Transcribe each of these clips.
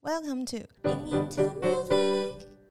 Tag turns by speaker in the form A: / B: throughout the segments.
A: Welcome to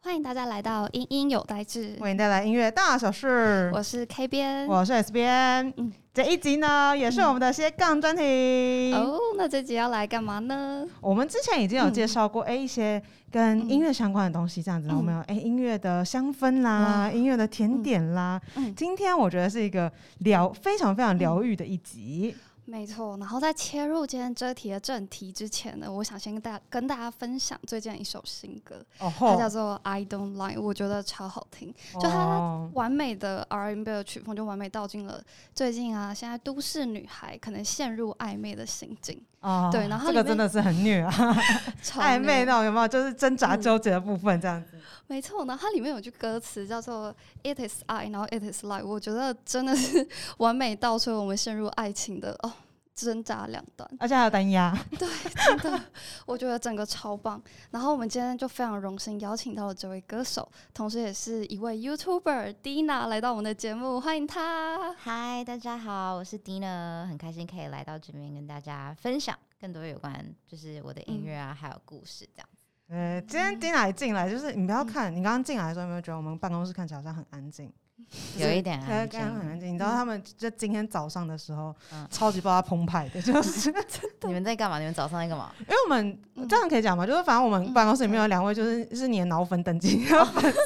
B: 欢迎大家来到英英有代志，
A: 为你带来音乐大小事，
B: 我是 K 边。
A: 我是 S 边
B: 嗯。
A: 这一集呢，也是我们的斜杠专题。
B: 哦，那这集要来干嘛呢？
A: 我们之前已经有介绍过，哎、一些跟音乐相关的东西，这样子，
B: 嗯
A: 我们有哎音乐的香氛啦，音乐的甜点啦。
B: 嗯，
A: 今天我觉得是一个疗非常非常疗愈的一集。
B: 没错。然后在切入今天这题的正题之前呢，我想先跟大跟大家分享最近一首新歌，
A: 哦
B: 嗯它叫
A: 吼，
B: 做《I Don't Lie》，我觉得超好听。就它
A: 哦
B: 完美的 R&B 的曲风就完美道尽了最近啊，现在都市女孩可能陷入暧昧的心 境，
A: 哦
B: 对然后
A: 这个
B: 它里面
A: 真的是很虐啊，
B: 超
A: 暧昧
B: 虐
A: 那种有没有？就是挣扎
B: 嗯
A: 纠结的部分这样子。
B: 没错，然后它里面有句歌词叫做 “It is I”，然后 “It is lie”，我觉得真的是完美道出了我们陷入爱情的哦挣扎两端，
A: 而且还有单压。
B: 真的，我觉得整个超棒。然后我们今天就非常荣幸邀请到了这位歌手，同时也是一位 YouTuber Dina 来到我们的节目，欢迎
A: 啊
B: 她。
C: 嗨，大家好，我是 Dina，很开心可以来到这边跟大家分享更多有关就是我的
A: 嗯
C: 音乐啊，还有故事这样。
A: 呃，今天 Dina 一进来，就是你不要看，你刚刚进来的时候有没有觉得我们办公室看起来好像很安静？就是
C: 有一点
A: 对，
C: 安
A: 刚刚很
C: 静，
A: 安静。你知道他们就今天早上的时候，
C: 嗯
A: 超级爆他澎湃的，就是因
C: 你们在干嘛？你们早上在干嘛？
A: 为我们
B: 嗯
A: 这样可以讲嘛，就是反正我们
B: 嗯
A: 办公室里面有两位，就是是你的脑粉等级的粉丝，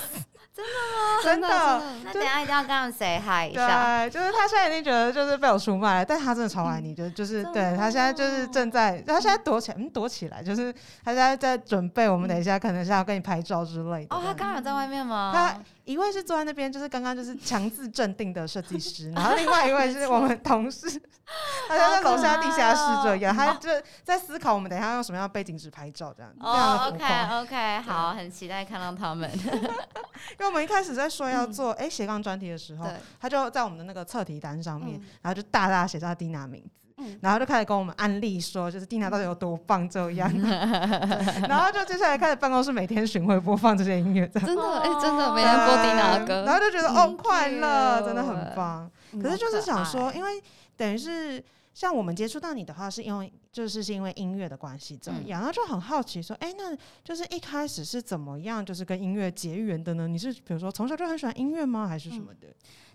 A: 真的吗？
B: 真的
C: 那等一下一定要跟他们 say hi
A: 真
C: 一下。
A: 的，对，啊就是他现在已经觉得就是被我出卖了，但他真的超爱你，就是就是
C: 真的
A: 对他现在就是正在，他现在躲起来，嗯，躲起来，就是他现在在准备，我们等一下可能是要跟你拍照之类的。
C: 哦，他刚刚有在外面
A: 他
C: 吗？
A: 一位是坐在那边，就是刚刚就是强制镇定的设计 师，然后另外一位是我们同事，他在楼下地下室这样，他就在思考我们等一下用什么样的背景纸拍照这样，这样
C: 哦
A: 的浮夸。
C: ，OK OK，好，很期待看到他们。
A: 因为我们一开始在说要做哎斜杠专题的时候
B: 对，
A: 他就在我们的那个测题单上面
B: 嗯，
A: 然后就大大写下蒂娜名字。
B: 嗯
A: 然后就开始跟我们案例说，就是蒂娜到底有多棒这 样，然后就接下来开始办公室每天巡回播放这些音乐，这样
B: 真的哎、真的
C: 哦
B: 没人播 Dina 的
A: 对然
B: 歌，
A: 后就觉得
B: 嗯
A: 哦快乐，真的很
C: cute
A: 棒。
B: 嗯
A: 可是就是想
C: 好
A: 说，
C: 可爱
A: 因为等于是像我们接触到你的话，是因为就是是因为音乐的关系这样，
C: 嗯
A: 然后就很好奇说，哎、那就是一开始是怎么样，就是跟音乐结缘的呢？你是比如说从小就很喜欢音乐吗，还是什么的？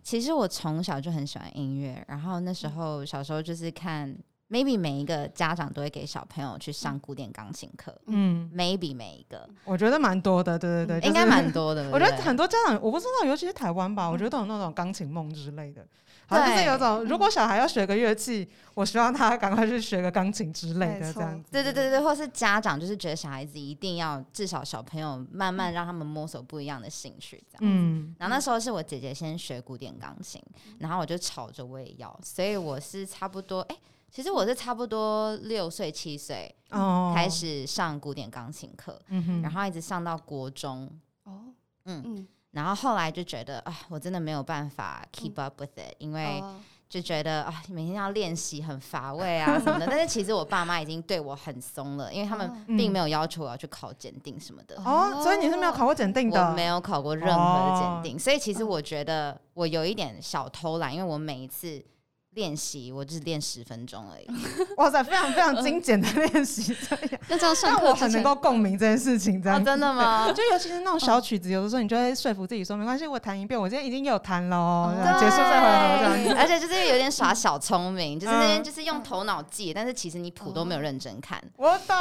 C: 其实我从小就很喜欢音乐，然后那时
A: 嗯
C: 候小时候就是看，maybe 每一个家长都会给小朋友去上古典钢琴课
A: 嗯，
C: ，maybe 每一个，
A: 我觉得蛮多的，嗯对对对，
C: 应该
A: 就是
C: 蛮。多的。对不
A: 我觉得
C: 对
A: 很多家长，我不知道，尤其是台湾吧，我觉得都有那种钢琴梦之类的，好像就是
C: 对
A: 有种如果小孩要学个乐器，我希望他赶快去学个钢琴之类的
B: 没
A: 这
B: 错
A: 样子。
C: 对对对对，或是家长就是觉得小孩子一定要至少小朋友慢慢让他们摸索不一样的兴趣这样。
A: 嗯，
C: 然后那时候是我姐姐先学古典钢琴，然后我就吵着我也要，所以我是差不多哎、其实我是差不多六岁七岁
A: 哦，
C: 开，始上古典钢琴课，
A: 嗯哼，
C: 然后一直上到国中，
B: 哦，
C: 嗯
B: 嗯，
C: 然后后来就觉得啊，我真的没有办法
A: 嗯
C: keep up with it，因为
B: 哦
C: 就觉得啊，每天要练习很乏味啊什么的。但是其实我爸妈已经对我很松了，因为他们
A: 嗯
B: 哦
C: 并没有要求我要去考检定什么的。
A: 哦，所以你是没有考过检定的？啊
C: 我没有考过任何的检定，所以其实我觉得我有一点小偷懒，因为我每一次练习我只练十分钟 而已。哦
A: 哇塞，非常非常精简的练习，这 样
B: 那这样上
A: 但
B: 课
A: 我
B: 之
A: 很
B: 前
A: 能够共鸣这件事情，这样
C: 哦，。真的吗？
A: 就尤其是那种小曲子，有的时候你就会说服自己说，没关系，我弹一遍，我今天已经有弹了哦，这样
C: 对
A: 结束这回合这样子。
C: 而且就是有点耍小聪明，就是那
A: 嗯
C: 边就是用头脑记，但是其实你谱都没有认真看。
A: 我懂。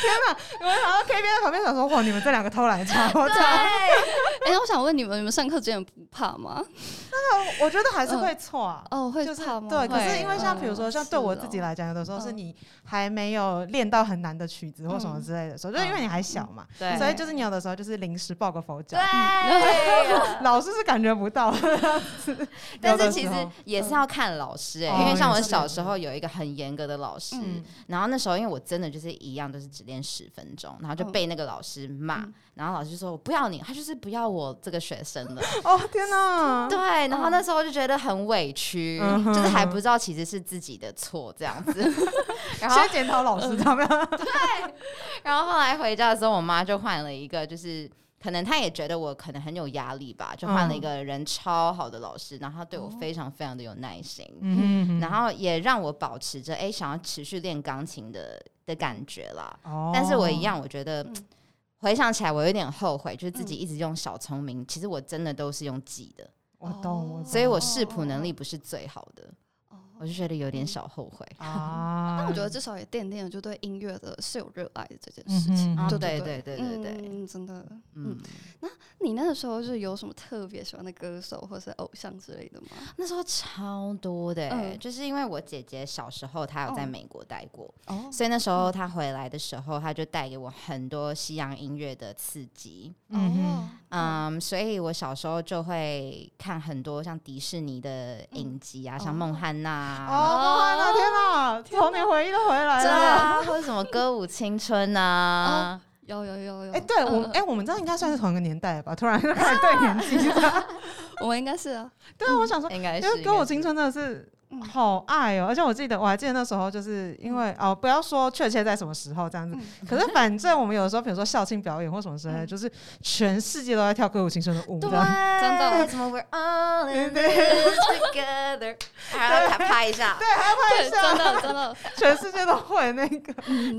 A: 天哪！我然 后 K 边在旁边想说，哇，你们这两个偷懒超
C: 对
A: 差。，
B: 哎、我想问你们，你们上课之前不怕吗？
A: 我觉得还是会错啊。
B: 哦，会
A: 就是
B: 怕吗？
A: 对，可
C: 嗯会啊
A: 是因为像比如说
B: 哦
A: 像对我
B: 是
A: 自
B: 哦
A: 己来讲，有的时候是
B: 嗯
A: 你还没有练到很难的曲子或什么
B: 嗯
A: 之类的时候，就是因为你还小嘛，
C: 对
A: 所以就是你有的时候就是临时抱个佛脚，
C: 对。
A: 老师是感觉不 到，
C: 但是其
A: 有
C: 实
A: 的时候
C: 也是要看老师、欸，
A: 嗯
C: 因为像
A: 哦
C: 我
A: 也是
C: 小时候有一个很严格的老师，
B: 嗯
C: 然后那时候因为我真的就是一样，就是只练十分钟，然后就
A: 哦
B: 嗯
C: 被那个老师骂，
B: 嗯
C: 然后老师就说我不要你，他就是不要我这个学生 了。
A: 哦天哪，
C: 对，然后那时候就觉得很委屈，
A: 嗯哼
C: 就是还不知道其实是自己的错这样 子。然后呃
A: 先检讨老师他们，
C: 然后后来回家的时候，我妈就换了一个，就是可能她也觉得我可能很有压力吧，就换了
A: 嗯
C: 一个人超好的老师，然后她对
A: 哦
C: 我非常非常的有耐心，
A: 嗯
C: 然后也让我保持着哎想要持续练钢琴的。的感觉啦。
A: 哦
C: 但是我一，样，我觉得、
B: 嗯
C: 回想起来，我有点后悔，就是自己一直用小聪明，其实我真的都是用记的，
A: 我懂，我
B: 哦
A: 懂
C: 所以我视谱能力不是最好的，我
B: 哦，
C: 就觉得有点小后悔。
A: 啊，
B: 但我觉得至少也奠定了就对音乐的是有热爱的这件
A: 嗯
B: 事情。
A: 哼
C: 啊
A: 嗯
B: 对
C: 对
B: 对
C: 对对对对，
B: 嗯，真的。嗯
C: 嗯，
B: 你那个时候是有什么特别喜欢的歌手或是偶像之类的吗？
C: 那时候超多的、欸，
B: 嗯
C: 就是因为我姐姐小时候她有在
B: 嗯
C: 美国待过，
B: 哦，
C: 所以那时候她回来的时候，她就带给我很多西洋音乐的刺激。
A: 嗯哼，
B: 哦
C: 嗯，所以我小时候就会看很多像迪士尼的影集啊，像《梦
B: 哦
C: 汉娜》啊。
A: 哦，哇那天哪，童年回忆都回来
C: 真的
A: 了。
C: 啊， 或者什么歌舞青春啊，
B: 有有有有，
A: 哎，对我，
B: 嗯嗯
A: 哎，我们这样应该算是同一个年代吧？突然就开始对年纪，
B: 我们应该是啊，
A: 对啊，我想说，
C: 应该是
A: 因为歌舞青春真的是
B: 嗯
A: 好爱哦，而且我记得我还记得那时候就是因为哦，不要说确切在什么时候这样子，
C: 嗯
A: 可是反正我们有的时候，比如说校庆表演或什么之类的，
B: 嗯
A: 就是全世界都在跳歌舞青春的舞，
C: 对，
A: 这样
B: 真的
C: 怎么 we're all in this together，还要打拍一下，
B: 对，
A: 啊
B: 真的嗯真的，
A: 全世界都会那 个，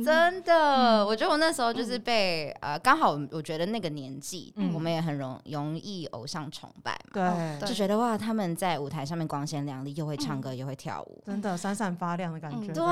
C: 真的，我觉得我那时候就是被呃，刚好我觉得那个年纪
A: 嗯，
C: 我们也很容容易偶像崇拜嘛，
B: 哦对
C: 就觉得哇，他们在舞台上面光鲜亮丽，又会唱歌，又会跳舞。
A: 真的闪闪发亮的感觉，
B: 嗯
C: 对，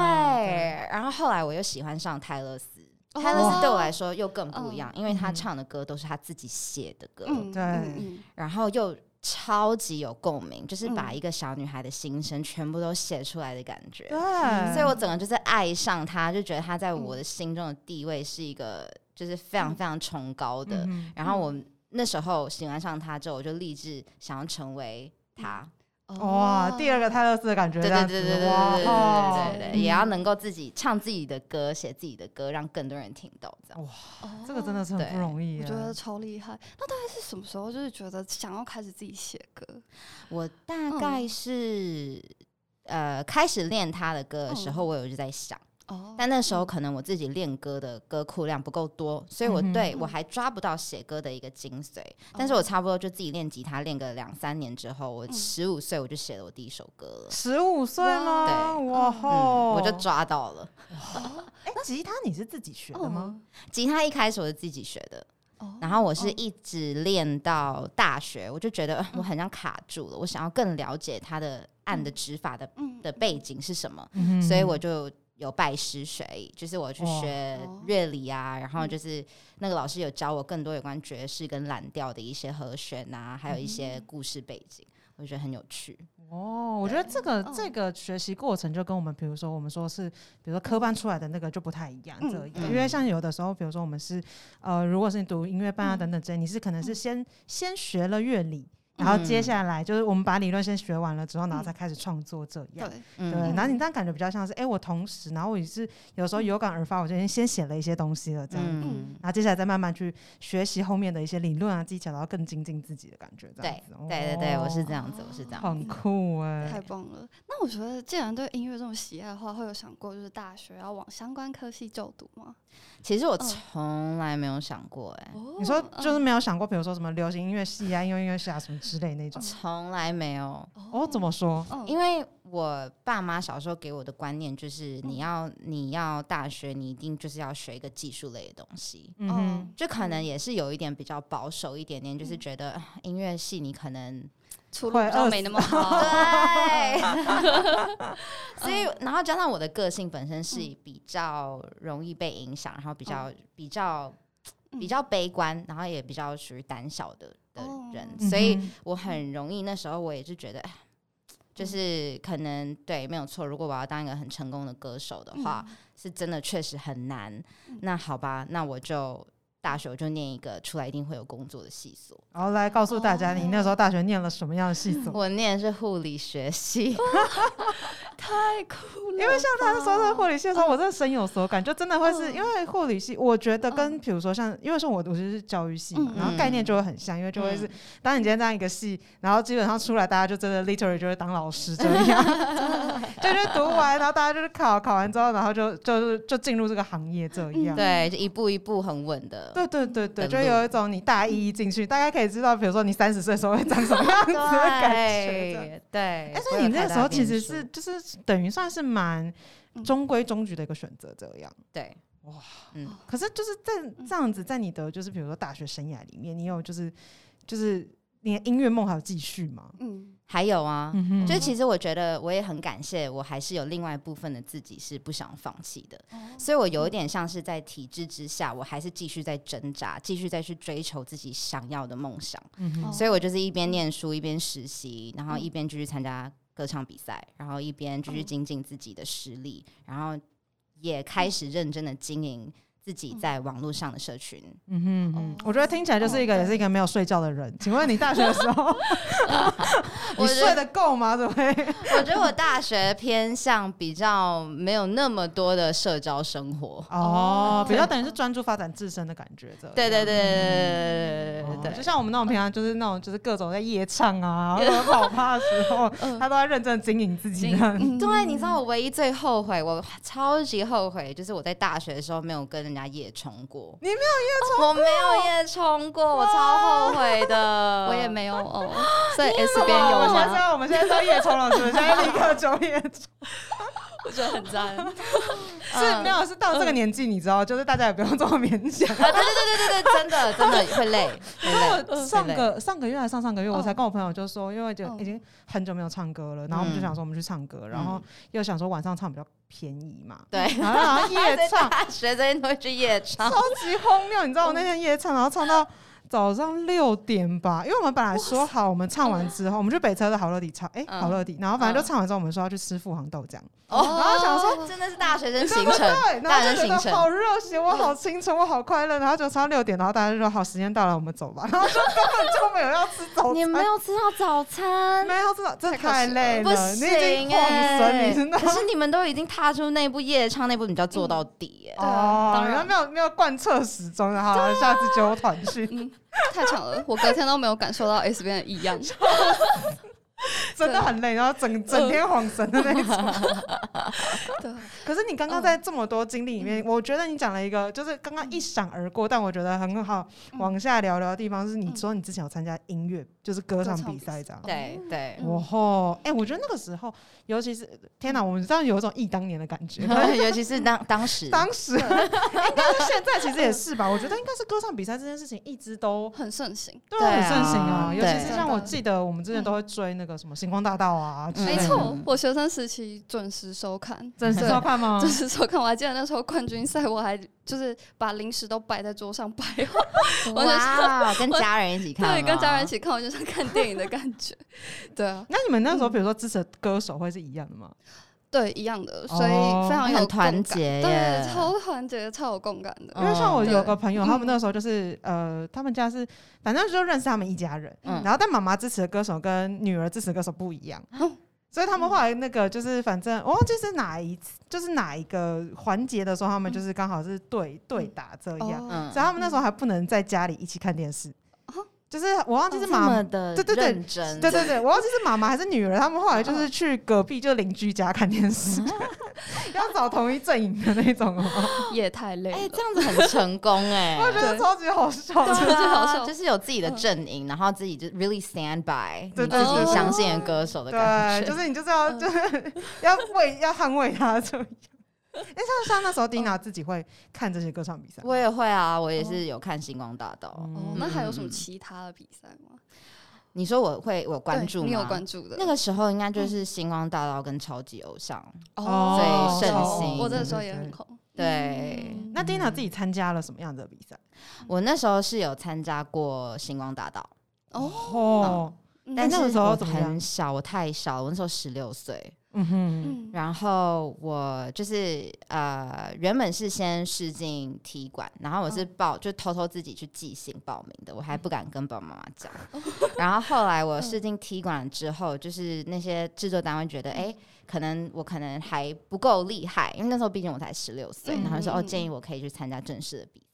C: 然后后来我又喜欢上泰勒斯，
B: 哦
C: 泰勒斯对我来说又更不一样
B: 哦，
C: 因为他
A: 嗯
C: 唱的歌都是他自己写的歌，
B: 嗯，
A: 对
B: 嗯
C: 然后又超级有共鸣，就是把
B: 嗯
C: 一个小女孩的心声全部都写出来的感觉。
A: 对，
C: 嗯所以我整个就是爱上她，就觉得她在我的心中的地位是一个就是非常
B: 嗯
C: 非常崇高的。
A: 嗯
C: 然后我那时候喜欢上她之后，我就立志想要成为她。
B: 嗯
A: 哼哇，第二个泰勒斯的感觉，
C: 哦对
A: 这
C: 对
A: 样子
C: 对对对对
A: 哇
C: 对
A: 哦
C: 对对对对，也要能够自己唱自己的歌，写自己的歌，让更多人听到。这样，
B: 哦
A: 这个真的是很不容易耶，
B: 我觉得超厉害。那大概是什么时候，就是觉得想要开始自己写歌？
C: 我大概是。呃，开始练她的歌的时候，我有就在想，
B: 哦，
C: 但那时候可能我自己练歌的歌库量不够多，所以我
A: 嗯哼
C: 对
B: 嗯
C: 我还抓不到写歌的一个精髓。但是我差不多就自己练吉他练个两三年之后，我
B: 嗯
C: 十五岁我就写了我第一首歌了，
A: 十五岁吗？
C: 对
A: 哇
B: 嗯
A: 吼，
C: 我就抓到了。
A: 哎，吉他你是自己学的吗？
B: 哦
C: 吉他一开始我是自己学的，
B: 哦，
C: 然后我是一直练到大学，我就觉得呃我很像卡住了，我想要更了解它的按的指法的
B: 嗯
C: 的背景是什么，
A: 嗯哼
C: 所以我就有拜师学艺，就是我去
A: 哇
C: 学
B: 哦
C: 乐理啊，然后
B: 嗯
C: 就是那个老师有教我更多有关爵士跟蓝调的一些和弦啊，还有一些故事背景，我觉得很有趣。
A: 哦，我觉得这个
B: 哦
A: 这个学习过程就跟我们，比如说我们说是，比如说科班出来的那个就不太一样，
B: 嗯
A: 这样，
C: 嗯
A: 因为像有的时候，比如说我们是，呃，如果是你读音乐班啊
B: 嗯
A: 等等这些，你是可能是
B: 嗯
A: 先先学了乐理，然后接下来就是我们把理论先学完了之后，然后
B: 嗯
A: 再开始创作这样。
B: 对，
A: 对，
C: 嗯
A: 然后你这样感觉比较像是，哎，我同时，然后我也是有时候有感而发，我就先先写了一些东西了，这样，
C: 嗯，
A: 然后接下来再慢慢去学习后面的一些理论啊技巧，然后更精进自己的感觉，这样
C: 对
A: 子。
C: 对对对，我是
A: 哦
C: 这样子，我是这样
A: 很
C: 子。啊
A: 酷哎、
B: 太棒了。那我觉得，既然对音乐这么喜爱的话，会有想过就是大学要往相关科系就读吗？
C: 其实我
B: 嗯
C: 从来没有想过，哎，
B: 哦
A: 你说就是
B: 嗯
A: 没有想过，比如说什么流行音乐系啊、应用音乐系啊什么之类那种。
C: 从来没有。
A: 哦，怎么说？
B: 嗯
C: 因为我爸妈小时候给我的观念就是，你要你要大学，你一定就是要学一个技术类的东西。
A: 嗯哼，
C: 就可能
B: 嗯
C: 也是有一点比较保守一点点，就是觉得啊音乐系你可能
B: 出路
A: 会
B: 比较
A: 饿
B: 没那么 好，
C: 对，所以然后加上我的个性本身是比较容易被影响，然后比较比较比较悲观，然后也比较属于胆小的的人，
A: 嗯嗯
C: 所以
A: 哼
C: 我很容易那时候我也是觉得。哎就是可能对，没有错。如果我要当一个很成功的歌手的话，
A: 嗯
C: 是真的确实很难
B: 嗯。
C: 那好吧，那我就大学我就念一个出来一定会有工作的系所。
A: 然后来告诉大
C: 哦
A: 家，你那时候大学念了什么样的系所？
C: 我念的是护理学 系，
B: 太酷了。
A: 因为像他那时候在护理系的时候，我真的深有所感，就真的会是
B: 嗯
A: 因为护理系，我觉得跟比如说像，因为像我我就是教育系嘛
B: 嗯，
A: 然后概念就会很像，因为就会是当你今天这样一个系，然后基本上出来，大家就真的 literally 就会当老师这 样，就就是读完，然后大家就是考，考完之后，然后就就是就进入这个行业这
B: 嗯
A: 样。
C: 对，就一步一步很稳 的。
A: 对对对对，
C: 的
A: 就
C: 路
A: 有一种你大
B: 嗯
A: 一进去，大概可以知道，比如说你三十岁的时候会长什么样子的感觉。这样
C: 对对。
A: 哎，
C: 哎
A: 所以你那个时候其实是就是等于算是蛮
B: 嗯
A: 中规中矩的一个选择，这样。
C: 对，
A: 哇，
C: 嗯，
A: 可是就是在这样子，在你的就是比如说大学生涯里面，你有就是就是你的音乐梦还有继续吗？
B: 嗯，
C: 还有啊，
A: 嗯哼
C: 就其实我觉得我也很感谢，我还是有另外一部分的自己是不想放弃的，所以我有一点像是在体制之下，我还是继续在挣扎，继续再去追求自己想要的梦想。
A: 嗯哼
B: 哦
C: 所以我就是一边念书一边实习，然后
B: 嗯
C: 一边继续参加歌唱比赛，然后一边继续
B: 嗯
C: 精进自己的实力，然后也开始认真的经营自己在网络上的社群。
A: 嗯哼嗯哼
B: 哦，
A: 我觉得听起来就是一个
B: 哦
A: 也是一个没有睡觉的人。请问你大学的时 候你
C: 我觉
A: 睡
C: 得，
A: 得够吗？怎么会？
C: 我觉得我大学偏向比较没有那么多的社交生活。
A: 哦
B: 哦，
A: 比较等于是专注发展自身的感觉，这样
C: 对对对对对对
A: 哦
C: 对对
A: 就
C: 对。
A: 像我们那种平常就是那种就是各种在夜唱 啊，然后跑趴的时候，
B: 嗯
A: 他都在认真地经营自己这样。
B: 嗯
C: 对，啊你知道我唯一最后悔，我超级后悔，就是我在大学的时候没有跟人家夜冲过。
A: 你没有
C: 夜冲？我没有夜冲过，我超后悔 的。
B: 我也没有 哦，所以
A: 这
C: 嗯
B: S 边有
A: 哦我们现
B: 吗？
A: 在我们现在是夜冲老师，我们现在立刻就夜冲，
B: 我觉得很赞，
C: 啊 嗯
A: 是没有是到这个年纪，你知道，就是大家也不用这么勉强。
C: 啊， 对对对对对对，真的真的会累，会累。会累
A: 上个上个月还是上上个月，
B: 嗯
A: 我才跟我朋友就说，因为就
B: 嗯
A: 已经很久没有唱歌了，然后我
C: 嗯
A: 们就想说我们去唱歌，然后又想说晚上唱比较便宜 嘛，
C: 对，哦
A: 然后然后夜
C: 在
A: 唱
C: 大学这些都会去夜 唱 嗯
A: 超，级荒谬，你知道我那天夜唱，然后唱到。早上六点吧，因为我们本来说好，我们唱完之后，我们去北车的好乐迪唱，哎、
C: 嗯
A: 好乐迪，然后反正
C: 嗯
A: 就唱完之后，我们说要去吃富航豆浆，
C: 哦
A: 然后想说
C: 真的是大学生行
A: 对
C: 程，
A: 对，然
C: 大
A: 后
C: 人
A: 就
C: 行
A: 觉得
C: 程。
A: 好热血，我好青春，我好快乐，然后就唱到六点，然后大家就说好，时间到了，我们走吧， 然后就根本就没有要吃早餐，
C: 你没有吃到早餐，
A: 没有，真的真的太累了，
C: 不行
A: 哎
C: 哎
A: 你已经晃 神，你真的
C: 可是你们都已经踏出那步夜唱那步，你就要做到底耶。
A: 哦，
B: 啊当然
A: 没有没有贯彻始终啊的，好了，下次揪团去，
B: 嗯，太强 了，我隔天都没有感受到 S 边的异样，
A: 真的很累，然后整整天晃神的那种。
B: 对，
A: 可是你刚刚在这么多经历里面，我觉得你讲了一个，就是刚刚一闪而过，但我觉得很好
B: 嗯
A: 往下聊聊的地方是，你说你之前有参加音乐，就是歌唱
B: 歌唱
A: 比
B: 比赛
A: 赛这样。
B: 哦
C: 对对，
B: 嗯
A: 哇吼！哎、我觉得那个时候，尤其是天哪，我们这样有一种忆当年的感觉。
B: 嗯
C: 尤其是当当时，
A: 当时 应该是现在，其实也是吧。我觉得应该是歌唱比赛这件事情一直都
B: 很盛行，
A: 对
C: 对
A: 很
C: 啊
A: 盛行啊，尤其
C: 对
A: 是像我记得我们之前都会追那个什么星光大道啊，之类
B: 没
A: 的
B: 错
C: 嗯，
B: 我学生时期准时收看，
A: 真是
B: 对
A: 要看吗
B: 就？是说，看我还记得那时候冠军赛，我还就是把零食都摆在桌上摆好，我就
C: 哇，跟家人一起看 吗，
B: 对，跟家人一起看，我就像看电影的感觉。对啊，
A: 那你们那时候，比如说支持的歌手会是一样的吗？
B: 对，一样的，所以
A: 哦
B: 非常有
C: 很团
B: 共感
C: 结耶
B: 对，超团结，超有共感
A: 因
B: 的。
A: 为像我
B: 嗯
A: 有个朋友，
B: 对
A: 他们那时候就是呃，他们家是反正就认识他们一家人，
C: 嗯
A: 然后但妈妈支持的歌手跟女儿支持的歌手不一样
B: 哦。
A: 所以他们后来那个就是，反正我忘记是哪一次，就是哪一个环节的时候，他们就是刚好是对对打这样，
B: 嗯
C: 嗯
B: 哦，
A: 所以他们那时候还不能在家里一起看电视
B: 啊，
A: 就是我忘记
B: 哦
A: 是
C: 这
A: 妈
C: 么
A: 妈，
C: 的
A: 对对对
C: 认真，
A: 对对对，我忘记是妈妈还是女儿，他们后来
B: 哦
A: 就是去隔壁就邻居家看电 视，要找同一阵营的那种哦，
B: 也太累
C: 哎，这
B: 了。
C: 样子很成功哎，
A: 我觉得
B: 对
A: 超级好笑的。
B: 对啊
C: 就是有自己的阵营，然后自己就 really stand by
A: 对
C: 你
A: 对
C: 自
A: 对
C: 己相信的歌手的感
A: 对，就
C: 觉，
A: 是你就是要
B: 嗯
A: 就是 要为要捍卫他这样。 哎，像像那时候 Dina 自己会看这些歌唱比赛吗，
C: 哦我也会啊，我也是有看星光大道。
A: 嗯
B: 哦，那还有什么其他的比赛吗？
C: 你说我会我关
B: 对
C: 注吗？
B: 你有关注的
C: 那个时候应该
A: 嗯
C: 就是星光大道跟超级偶像，
A: 哦
C: 最盛
B: 有
C: 行
B: 我那时候
A: 对
B: 也
A: 对
B: 很恐。
C: 对
B: 嗯
A: 那 Dina 自己参加了什么样子的比赛？
C: 我那时候是有参加过星光大道，
B: 哦，
A: 哦，
B: 嗯
C: 但是
A: 那个时候
C: 我
A: 怎么样
C: 很小，我太小了，我那时候十六岁。
A: 嗯哼，
B: 嗯
C: 然后我就是呃，原本是先试进体馆，然后我是报、就偷偷自己去寄信报名的，我还不敢跟爸爸妈妈讲。然后后来我试进体馆之后，就是那些制作单位觉得，哎、可能我可能还不够厉害，因为那时候毕竟我才十六岁，
B: 嗯
C: 然后说哦，
B: 嗯嗯
C: 建议我可以去参加正式的比赛。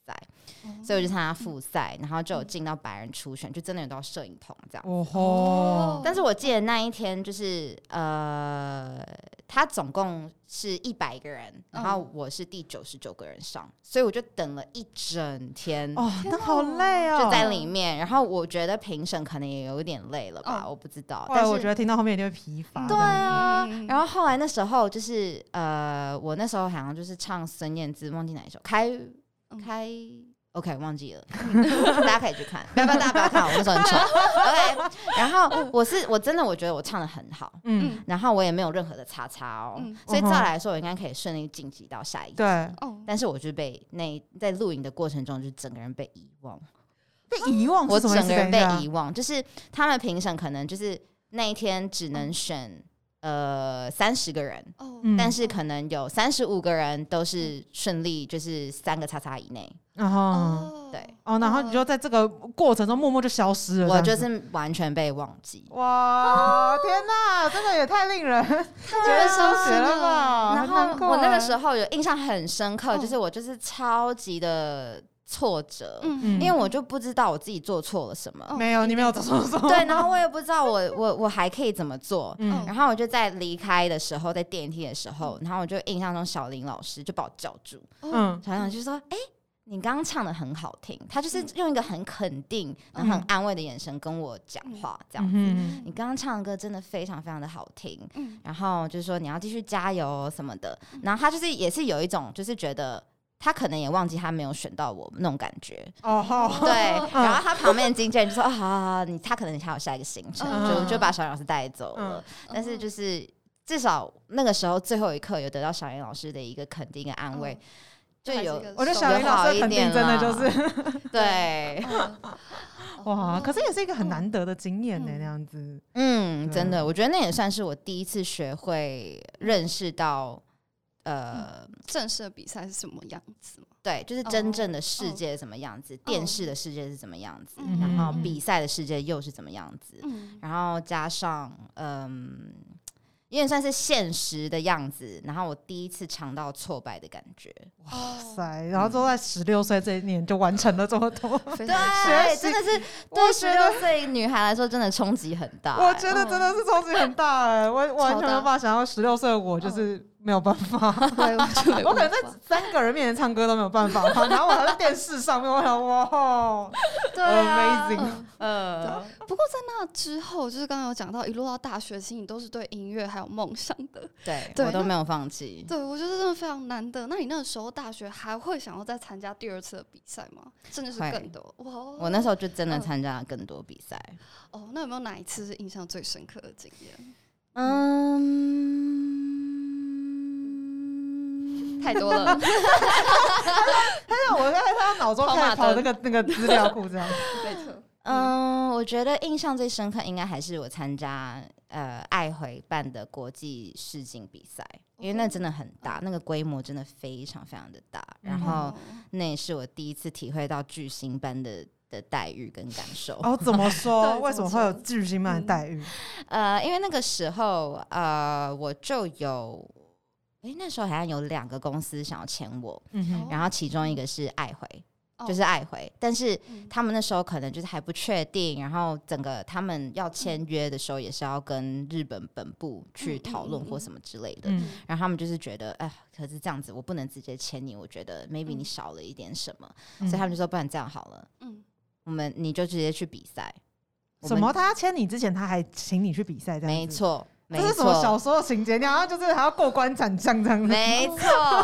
C: 所以我就参加复赛，然后就有进到百人初选，就真的有到摄影棚这样。
A: 哦吼，
C: 但是我记得那一天就是呃，他总共是一百个人，然后我是第九十九个人上，所以我就等了一整天。
A: 哦，那好累哦。
C: 就在里面，然后我觉得评审可能也有一点累了吧，
B: 哦
C: 我不知道。
A: 后
C: 但
A: 来
C: 是
A: 我觉得听到后面一定会疲乏。
C: 对啊
B: 嗯，
C: 然后后来那时候就是呃，我那时候好像就是唱孙燕姿，忘记哪一首，开
B: 嗯
C: 开。OK，忘记了， 大家可以去看，不要不要，大家不要看我，我那时候很丑。OK，然后我是我真的我觉得我唱的很好，
A: 嗯，
C: 然后我也没有任何的叉叉哦，
B: 嗯
C: 所
A: 嗯
C: 以
A: 哼
C: 照理来说我应该可以顺利晋级到下一集。
A: 对，
B: 哦，
C: 但是我就被那在录影的过程中，就整个人被遗忘，
A: 被遗忘
C: 啊我
A: 哦是什
C: 整
A: 么意思？
C: 个人被
A: 等一
C: 遗
A: 下
C: 忘，就是他们评审可能就是那一天只能选呃三十个人，
B: 哦，
A: 嗯
C: 但是可能有三十五个人都是顺利，就是三个叉叉以内。
A: 然后
B: 哦
C: 对，
A: 嗯哦，然后你就在这个过程中默默就消失了。
C: 我
A: 这
C: 就
A: 样子
C: 是完全被忘记。
A: 哇，天哪，这个也太令人觉得伤
B: 伤
A: 心
B: 心
A: 了吧？
C: 然
A: 很难
C: 后
A: 过
C: 我那个
A: 欸
C: 时候有印象很深刻，
B: 嗯
C: 就是我就是超级的挫折，
B: 嗯
C: 因为我就不知道我自己做错了什么。
B: 哦
A: 没有，你没有做错什么。
C: 对，然后我也不知道我我我还可以怎么做。
A: 嗯
B: 嗯
C: 然后我就在离开的时候，在电梯的时候，然后我就印象中小林老师就把我叫住，
A: 嗯，
C: 小林老师就说：“哎、你刚刚唱的很好听。”他就是用一个很肯定、然后很
A: 嗯
C: 安慰的眼神跟我讲话，这样。
A: 嗯
C: 你刚刚唱的歌真的非常非常的好听，
B: 嗯
C: 然后就是说你要继续加油哦什么的。
A: 嗯
C: 然后他就是也是有一种就是觉得他可能也忘记他没有选到我那种感觉，
A: 哦嗯吼，
C: 对。然后他旁边的经纪人就说：“啊、好好好，你他可能还有下一个行程，
A: 嗯
C: 就就把小林老师带走了。但
B: 嗯
C: 是就是至少那个时候最后一刻有得到小林老师的一个肯定跟安慰，
B: 嗯
C: 就有
A: 我觉得小林老师的肯定真的就是
C: 对，
B: 哦
A: 哇，可是也是一个很
B: 嗯
A: 难得的经验呢，
B: 嗯
A: 那样子。
C: 嗯，真
A: 对
C: 的，我觉得那也算是我第一次学会认识到，呃，
A: 嗯
B: 正式的比赛是什么样子吗？
C: 对，就是真正的世界是怎么样子，电视的世界是怎么样子，
B: 嗯
C: 然后
A: 嗯
C: 比赛的世界又是怎么样子，
B: 嗯
C: 然后加上嗯，有点算是现实的样子，然后我第一次尝到挫败的感觉，
A: 哇
B: 哦
A: 塞！然后都在十六岁这一年就完成了这么多，
B: 非常
C: 对，
A: 习
C: 真的是
A: 我觉
C: 对十
A: 得
C: 六岁女孩来说真的冲击很大、
A: 我
C: 哎
A: 觉得真的是冲击很大哎，我我完全没有办法想到十六岁的我就是没有办法，
B: 对，我觉得
A: 我可能在三个人面前唱歌都没有办法，然后我还在电视上面，我想哇吼
C: 对啊
A: ，amazing，
C: 呃，
B: 不过在那之后，就是刚刚有讲到，一路到大学，其实你都是对音乐还有梦想的。
A: 嗯
C: 对
B: 对
C: 我都
B: 那
C: 没有放弃。
B: 对，我觉得真的非常难得。那你那个时候大学还会想要再参加第二次的比赛吗？甚至是
C: 会
B: 更多？哇，
C: 我那时候就真的
B: 嗯
C: 参加了更多比赛，
B: 哦，那有没有哪一次是印象最深刻的经验？
C: 嗯，
B: 太多了，
A: 但是啊我在他脑中开始跑那个那个资料库这样。
B: 没错。
C: 嗯，我觉得印象最深刻应该还是我参加呃爱回办的国际试镜比赛，因为那真的很大，那个规模真的非常非常的大，然
A: 嗯
C: 后
B: 哦，
C: 那也是我第一次体会到巨星般的的待遇跟感受。
A: 哦，怎么说？
B: 对
A: 为什么
B: 怎
A: 会
B: 么
A: 有
B: 说
A: 巨星般的待遇？
C: 呃，因为那个时候呃我就有，诶，那时候好像有两个公司想要签我，
A: 嗯
B: 哼
C: 然后其中一个是爱回，
B: 哦
C: 就是爱回，但是
B: 嗯
C: 他们那时候可能就是还不确定，然后整个他们要签约的时候也是要跟日本本部去讨论
B: 嗯嗯嗯
C: 或什么之类的。
A: 嗯
C: 然后他们就是觉得，哎，可是这样子我不能直接签你，我觉得 maybe
B: 嗯
C: 你少了一点什么，
A: 嗯
C: 所以他们就说，不然这样好了，
B: 嗯，
C: 我们你就直接去比赛。我
A: 什
C: 们
A: 么？？他签你之前，他还请你去比赛，这样
C: 没
A: 子。
C: 错，没
A: 这是什么
C: 错
A: 小，说的情节？然后就是还要过关斩将这样子。
C: 没错。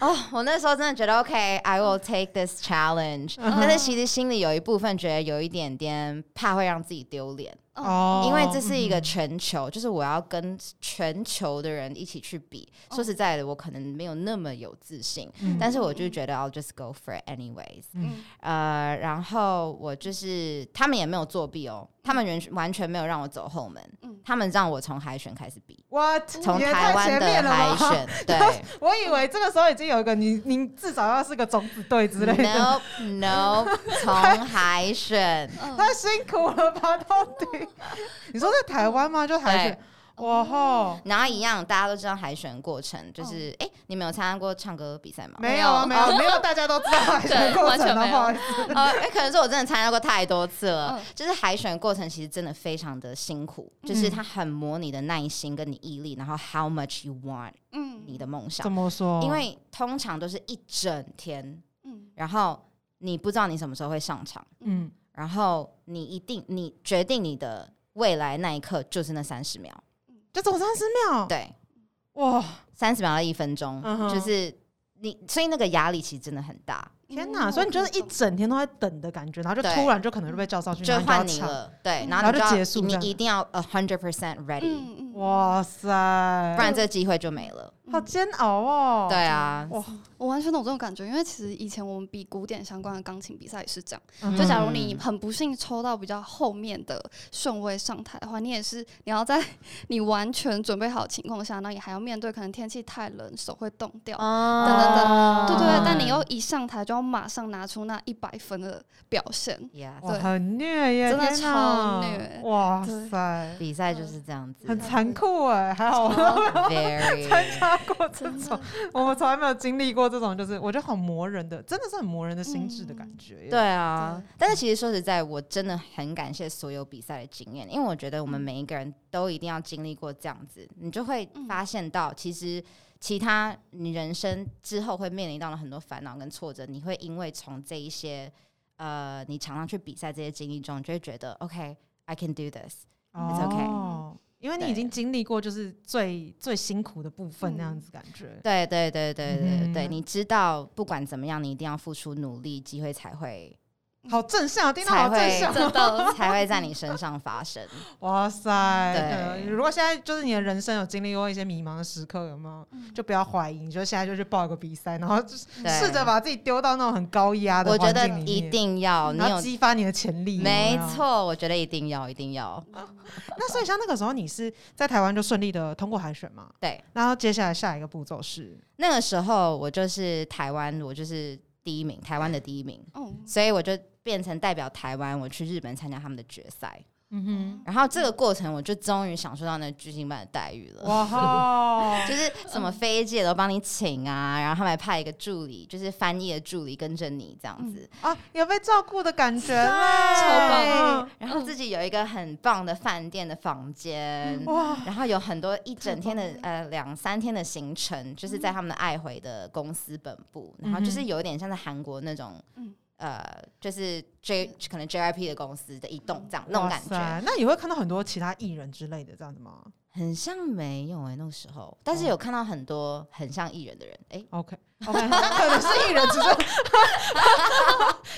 C: 哦，我那时候真的觉得 OK，I、will take this challenge，、但
A: 嗯
C: 是其实心里有一部分觉得有一点点怕会让自己丢脸。
B: 嗯
A: 哦
C: 因为这是一个全球，就是我要跟全球的人一起去比。
B: 哦
C: 说实在的，我可能没有那么有自信，
A: 嗯
C: 但是我就觉得 I'll just go for it anyways。
B: 嗯
C: 呃，然后我就是他们也没有作弊哦，他们完全完全没有让我走后门，
B: 嗯
C: 他们让我从海选开始比，
A: what
C: 从
A: 嗯也
C: 台
A: 太
C: 湾
A: 前面
C: 的
A: 了
C: 海
A: 吧？
C: 选，对。
A: 我以为这个时候已经有一个你，你至少要是个种子队之类的。
C: No No，从 海选，
B: 嗯
A: 太辛苦了吧？到底你说在台湾吗？就海选？哇吼，
C: 然后一样，大家都知道海选过程，就是哎、诶你们有参加过唱歌比赛吗？
A: 哦没有啊，没有，没有，大家都知道海选过程的
B: 对
A: 话
B: 完，
C: 呃，诶可能是我真的参加过太多次了。
B: 嗯
C: 就是海选过程其实真的非常的辛苦，就是
A: 嗯
C: 它很磨你的耐心跟你毅力，然后 how much you want
B: 嗯
C: 你的梦想
A: 怎，么说？
C: 因为通常都是一整天，
B: 嗯
C: 然后你不知道你什么时候会上场，
A: 嗯，
C: 然后你一定你决定你的未来那一刻就是那三十秒，
A: 就走三十秒，
C: 对，
A: 哇，
C: 三十秒到一分钟，
A: 嗯哼
C: 就是你，所以那个压力其实真的很大，
A: 天哪！
B: 哦
A: 所以你就是一整天都在等的感觉，然后就
C: 对
A: 突然就可能就被叫上去，
C: 就
A: 然后
C: 换
A: 就
C: 你
A: 要唱。
C: 了，对，
B: 嗯
C: 然
A: 然
C: 后
A: 后就
C: 你就要
A: 结束这
C: 你
A: 样
C: 一定要 a hundred percent ready，
B: 嗯嗯，
A: 哇
C: 不
A: 塞，
C: 然这机会就没了。
A: 好煎熬哦。
C: 对啊，
A: 哇，
B: 我完全懂这种感觉，因为其实以前我们比古典相关的钢琴比赛也是这样。
A: 嗯
B: 就假如你很不幸抽到比较后面的顺位上台的话，你也是你要在你完全准备好的情况下，那你还要面对可能天气太冷，手会冻掉。
C: 哦嗯
B: 等等
A: 等
B: 对对
A: 哦
B: 对，但你又一上台就要马上拿出那一百分的表现，
C: Yeah，
A: 哇
B: 对
A: 很虐耶，
B: 真的
A: 天哪
B: 超虐
A: 哇
B: 对
A: 塞，
C: 比赛就是这样子哦
A: 很残酷哎，还好我没有参
C: ，very
A: 加 过这
B: 真
A: 种
B: 的，
A: 我们从来没有经历过这种，就是我觉得好磨人的，真的是很磨人的心智的感觉耶。
C: 对啊
B: 对。
C: 但是其实说实在，我真的很感谢所有比赛的经验，因为我觉得我们每一个人都一定要经历过这样子，你就会
B: 嗯
C: 发现到其实。其他你人生之后会面临到了很多烦恼跟挫折，你会因为从这一些呃你常常去比赛这些经历中，你就会觉得 OK，I、can do this。It's okay
A: 哦，因为你已
C: 对
A: 经经历过就是最最辛苦的部分那样子感觉。
C: 对对对对对对对，
A: 嗯
C: 你知道不管怎么样，你一定要付出努力，机会才会
A: 好正向，听到好
C: 才会
A: 正向，
B: 真的，
C: 才会在你身上 发生。
A: 哇塞！
C: 对
A: 对，如果现在就是你的人生有经历过一些迷茫的时刻，有没有？
B: 嗯
A: 就不要怀疑，你就现在就去报一个比赛，然后就是
C: 对
A: 试着把自己丢到那种很高压的
C: 我觉
A: 环
C: 得
A: 境里
C: 一
A: 面，
C: 定要，你
A: 然后
C: 有
A: 激发你的潜力。有没
C: 没
A: 有。
C: 错，我觉得一定要，一定要。
A: 那所以像那个时候，你是在台湾就顺利的通过海选嘛？
C: 对，
A: 然后接下来下一个步骤是，
C: 那个时候我就是台湾，我就是第一名，台湾的第一名，
B: 哦，
C: 所以我就变成代表台湾，我去日本参加他们的决赛。
A: 嗯
C: 然后这个过程，我就终于享受到那巨星般的待遇了。
A: 哇吼，
C: 就是什么飞机也都帮你请
A: 嗯
C: 啊，然后他们还派一个助理，就是翻译的助理跟着你这样子，
A: 啊，有被照顾的感觉啦，
B: 超棒
C: 然后自己有一个很棒的饭店的房间，
A: 嗯！哇，
C: 然后有很多一整天的呃两三天的行程，就是在他们的爱回的公司本部，
A: 嗯
C: 然后就是有点像在韩国那种，
B: 嗯
C: 呃，就是 J 可能 JYP 的公司的一栋这样那
A: 嗯
C: 种
A: 哇
C: 感觉，
A: 塞。那你会看到很多其他艺人之类的这样子吗
C: 很像没有哎、那个时候，但
A: 哦
C: 是有看到很多很像艺人的人，哎、
A: ？OK OK，可能是 艺人，只是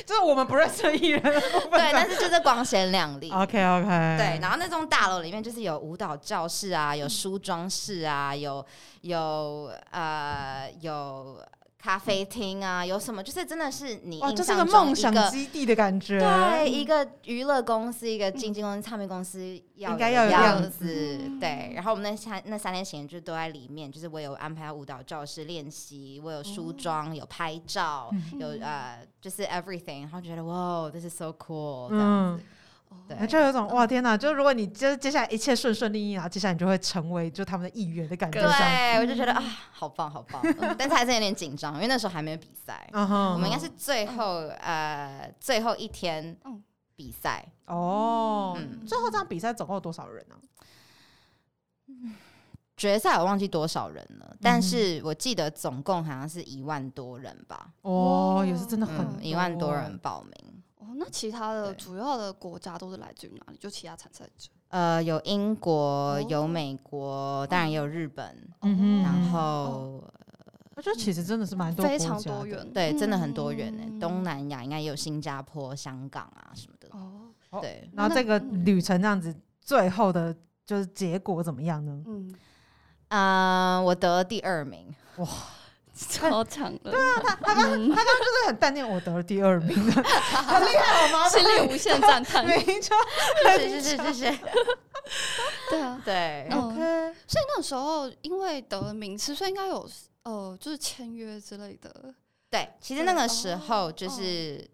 A: 就是我们不认识的艺人 的部分。
C: 对，但是就是光鲜亮丽。
A: OK OK，
C: 对，然后那栋大楼里面就是有舞蹈教室啊，
A: 嗯
C: 有梳妆室啊，有有呃有咖啡厅啊，有什么就是真的是你
A: 哇，
C: 印
A: 就是
C: 象
A: 个
C: 中
A: 梦
C: 一
A: 想
C: 个
A: 基地的感觉。
C: 对一个娱乐公司、一个经纪公司、唱片公司要
A: 应该
C: 有
A: 要
C: 的
A: 有
C: 样
A: 样
C: 子。对，然后我们那三那三天行就都在里面，就是我有安排舞蹈教室练习，我有梳妆，有拍照，
A: 哦嗯
C: 有呃就是 everything，然后觉得哇，this 哦 is so cool 这样。
A: 嗯，
B: 哦
C: 对
A: 就有一种哇天哪！就是如果你接接下来一切顺顺利利，然后接下来你就会成为就他们的一员的感觉上。
C: 对，我就觉得啊，好棒，好棒，嗯 但是还是有点紧张，因为那时候还没有比赛，
A: 嗯哼，
C: 我们应该是最后呃最后一天
B: 嗯
C: 比赛，
A: 哦。
C: 嗯，
A: 最后这场比赛总共有多少人啊呢？
C: 决赛我忘记多少人了，但是我记得总共好像是一万多人吧，
A: 哦，
B: 哇
A: 也是真的
C: 嗯
A: 很，
C: 一万多人。报名，
B: 哦，那其他的
C: 对
B: 主要的国家都是来自于哪里？就其他参赛者，
C: 呃，有英国，有
B: 哦
C: 美国，当然也有日本，
A: 嗯哼
C: 然
B: 哦
C: 后
A: 我觉得其实真的是蛮多
B: 非
A: 国
B: 常
A: 家
B: 多
A: 的
B: 元，
C: 对，真的很多元呢，
B: 嗯
C: 东南亚应该也有新加坡、香港啊什么的，
B: 哦，嗯
A: 哦
C: 对。
A: 然后这个旅程这样子，最后的就是结果怎么样呢？
B: 嗯，
C: 嗯，我得了第二名，
B: 超 强的，对啊，他他
A: 就是很淡定，我得了第二名， 很厉害，好吗？
B: 心里无限赞叹，
A: 没错
C: 是是是是是，
B: 对啊，
A: 哎
C: 对
B: 嗯
A: ，OK，
B: 所以那时候因为得了名次，所以应该有呃，就是签约之类的。
A: 哦嗯
C: 对，其实那个时候就是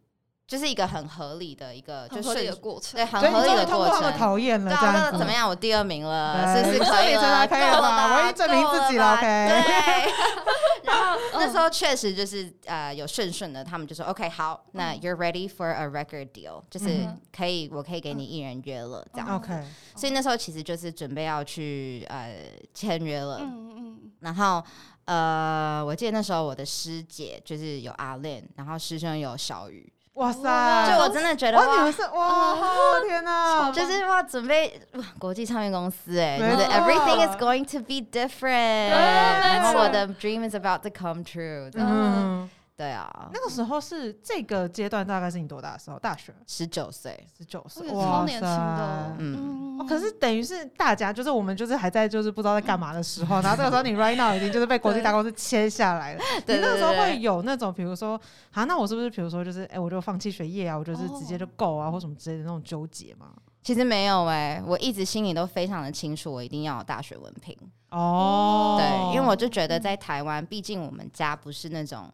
C: 就是一个很合理的一个，就
B: 很合理的
C: 是
B: 过程。
C: 对，很
A: 所以
C: 合
A: 你
C: 理
A: 终于
C: 的
A: 通
C: 过
A: 过他们
C: 程。
A: 考验了，
C: 对
A: 这
C: 啊，那
A: 样
C: 怎么
A: 子。哎
C: 样？我第二名了，
A: 对
C: 是不是
A: 我
C: 可
A: 证
C: 以
A: 明
C: 了？
A: 了可以
C: 够
A: 了
C: 吧
A: 我已经证明
C: 够
A: 自己
C: 了
A: 了
C: 吧
A: ，OK
C: 对。 然后那
B: 嗯
C: 时候确实就是呃有顺顺的，他们就说 OK 好，那
B: 嗯
C: you're ready for a record deal，就是
A: 嗯
C: 可以，我可以给你一人约了这样。
B: 嗯
A: OK，
C: 所以那时候其实就是准备要去呃签约了，
B: 嗯嗯嗯，
C: 然后呃我记得那时候我的师姐就是有阿练，然后师兄有小鱼，
A: 哇
B: 啊
C: 就
A: 塞！
C: 我真的觉得
A: 哦哇，你
C: 哇哦
A: 们。是哇，天哪！
C: 就是哇，准备哇，国际唱片公司哎、
A: 没
C: 就是 everything is
A: 错
C: going to be different，
B: 没
C: 然后我
B: 错
C: 的 dream is about to come true，这样、
A: 嗯，
C: 对啊，
A: 那个时候是这个阶段，大概是你多大的时候？大学
C: 十九岁，
A: 十九
B: 我
A: 岁，
B: 觉得
A: 哇
B: 超
A: 塞
B: 年轻的，
C: 嗯
B: 嗯，
A: 哦可是等于是大家，就是我们就是还在就是不知道在干嘛的时 候，然后这个时候你 right now 已经就是被国际大公司签下来了。你
C: 对
A: 那个
C: 对
A: 时候
C: 对
A: 会有那种，比如说，啊，那我是不是比如说就是，哎，我就放弃学业啊，我就是直
C: 哦
A: 接就够啊，或什么之类的那种纠结嘛？
C: 其实没有哎、我一直心里都非常的清楚，我一定要有大学文凭，
A: 哦，嗯
C: 对，因为我就觉得在台湾，毕竟我们家不是那种。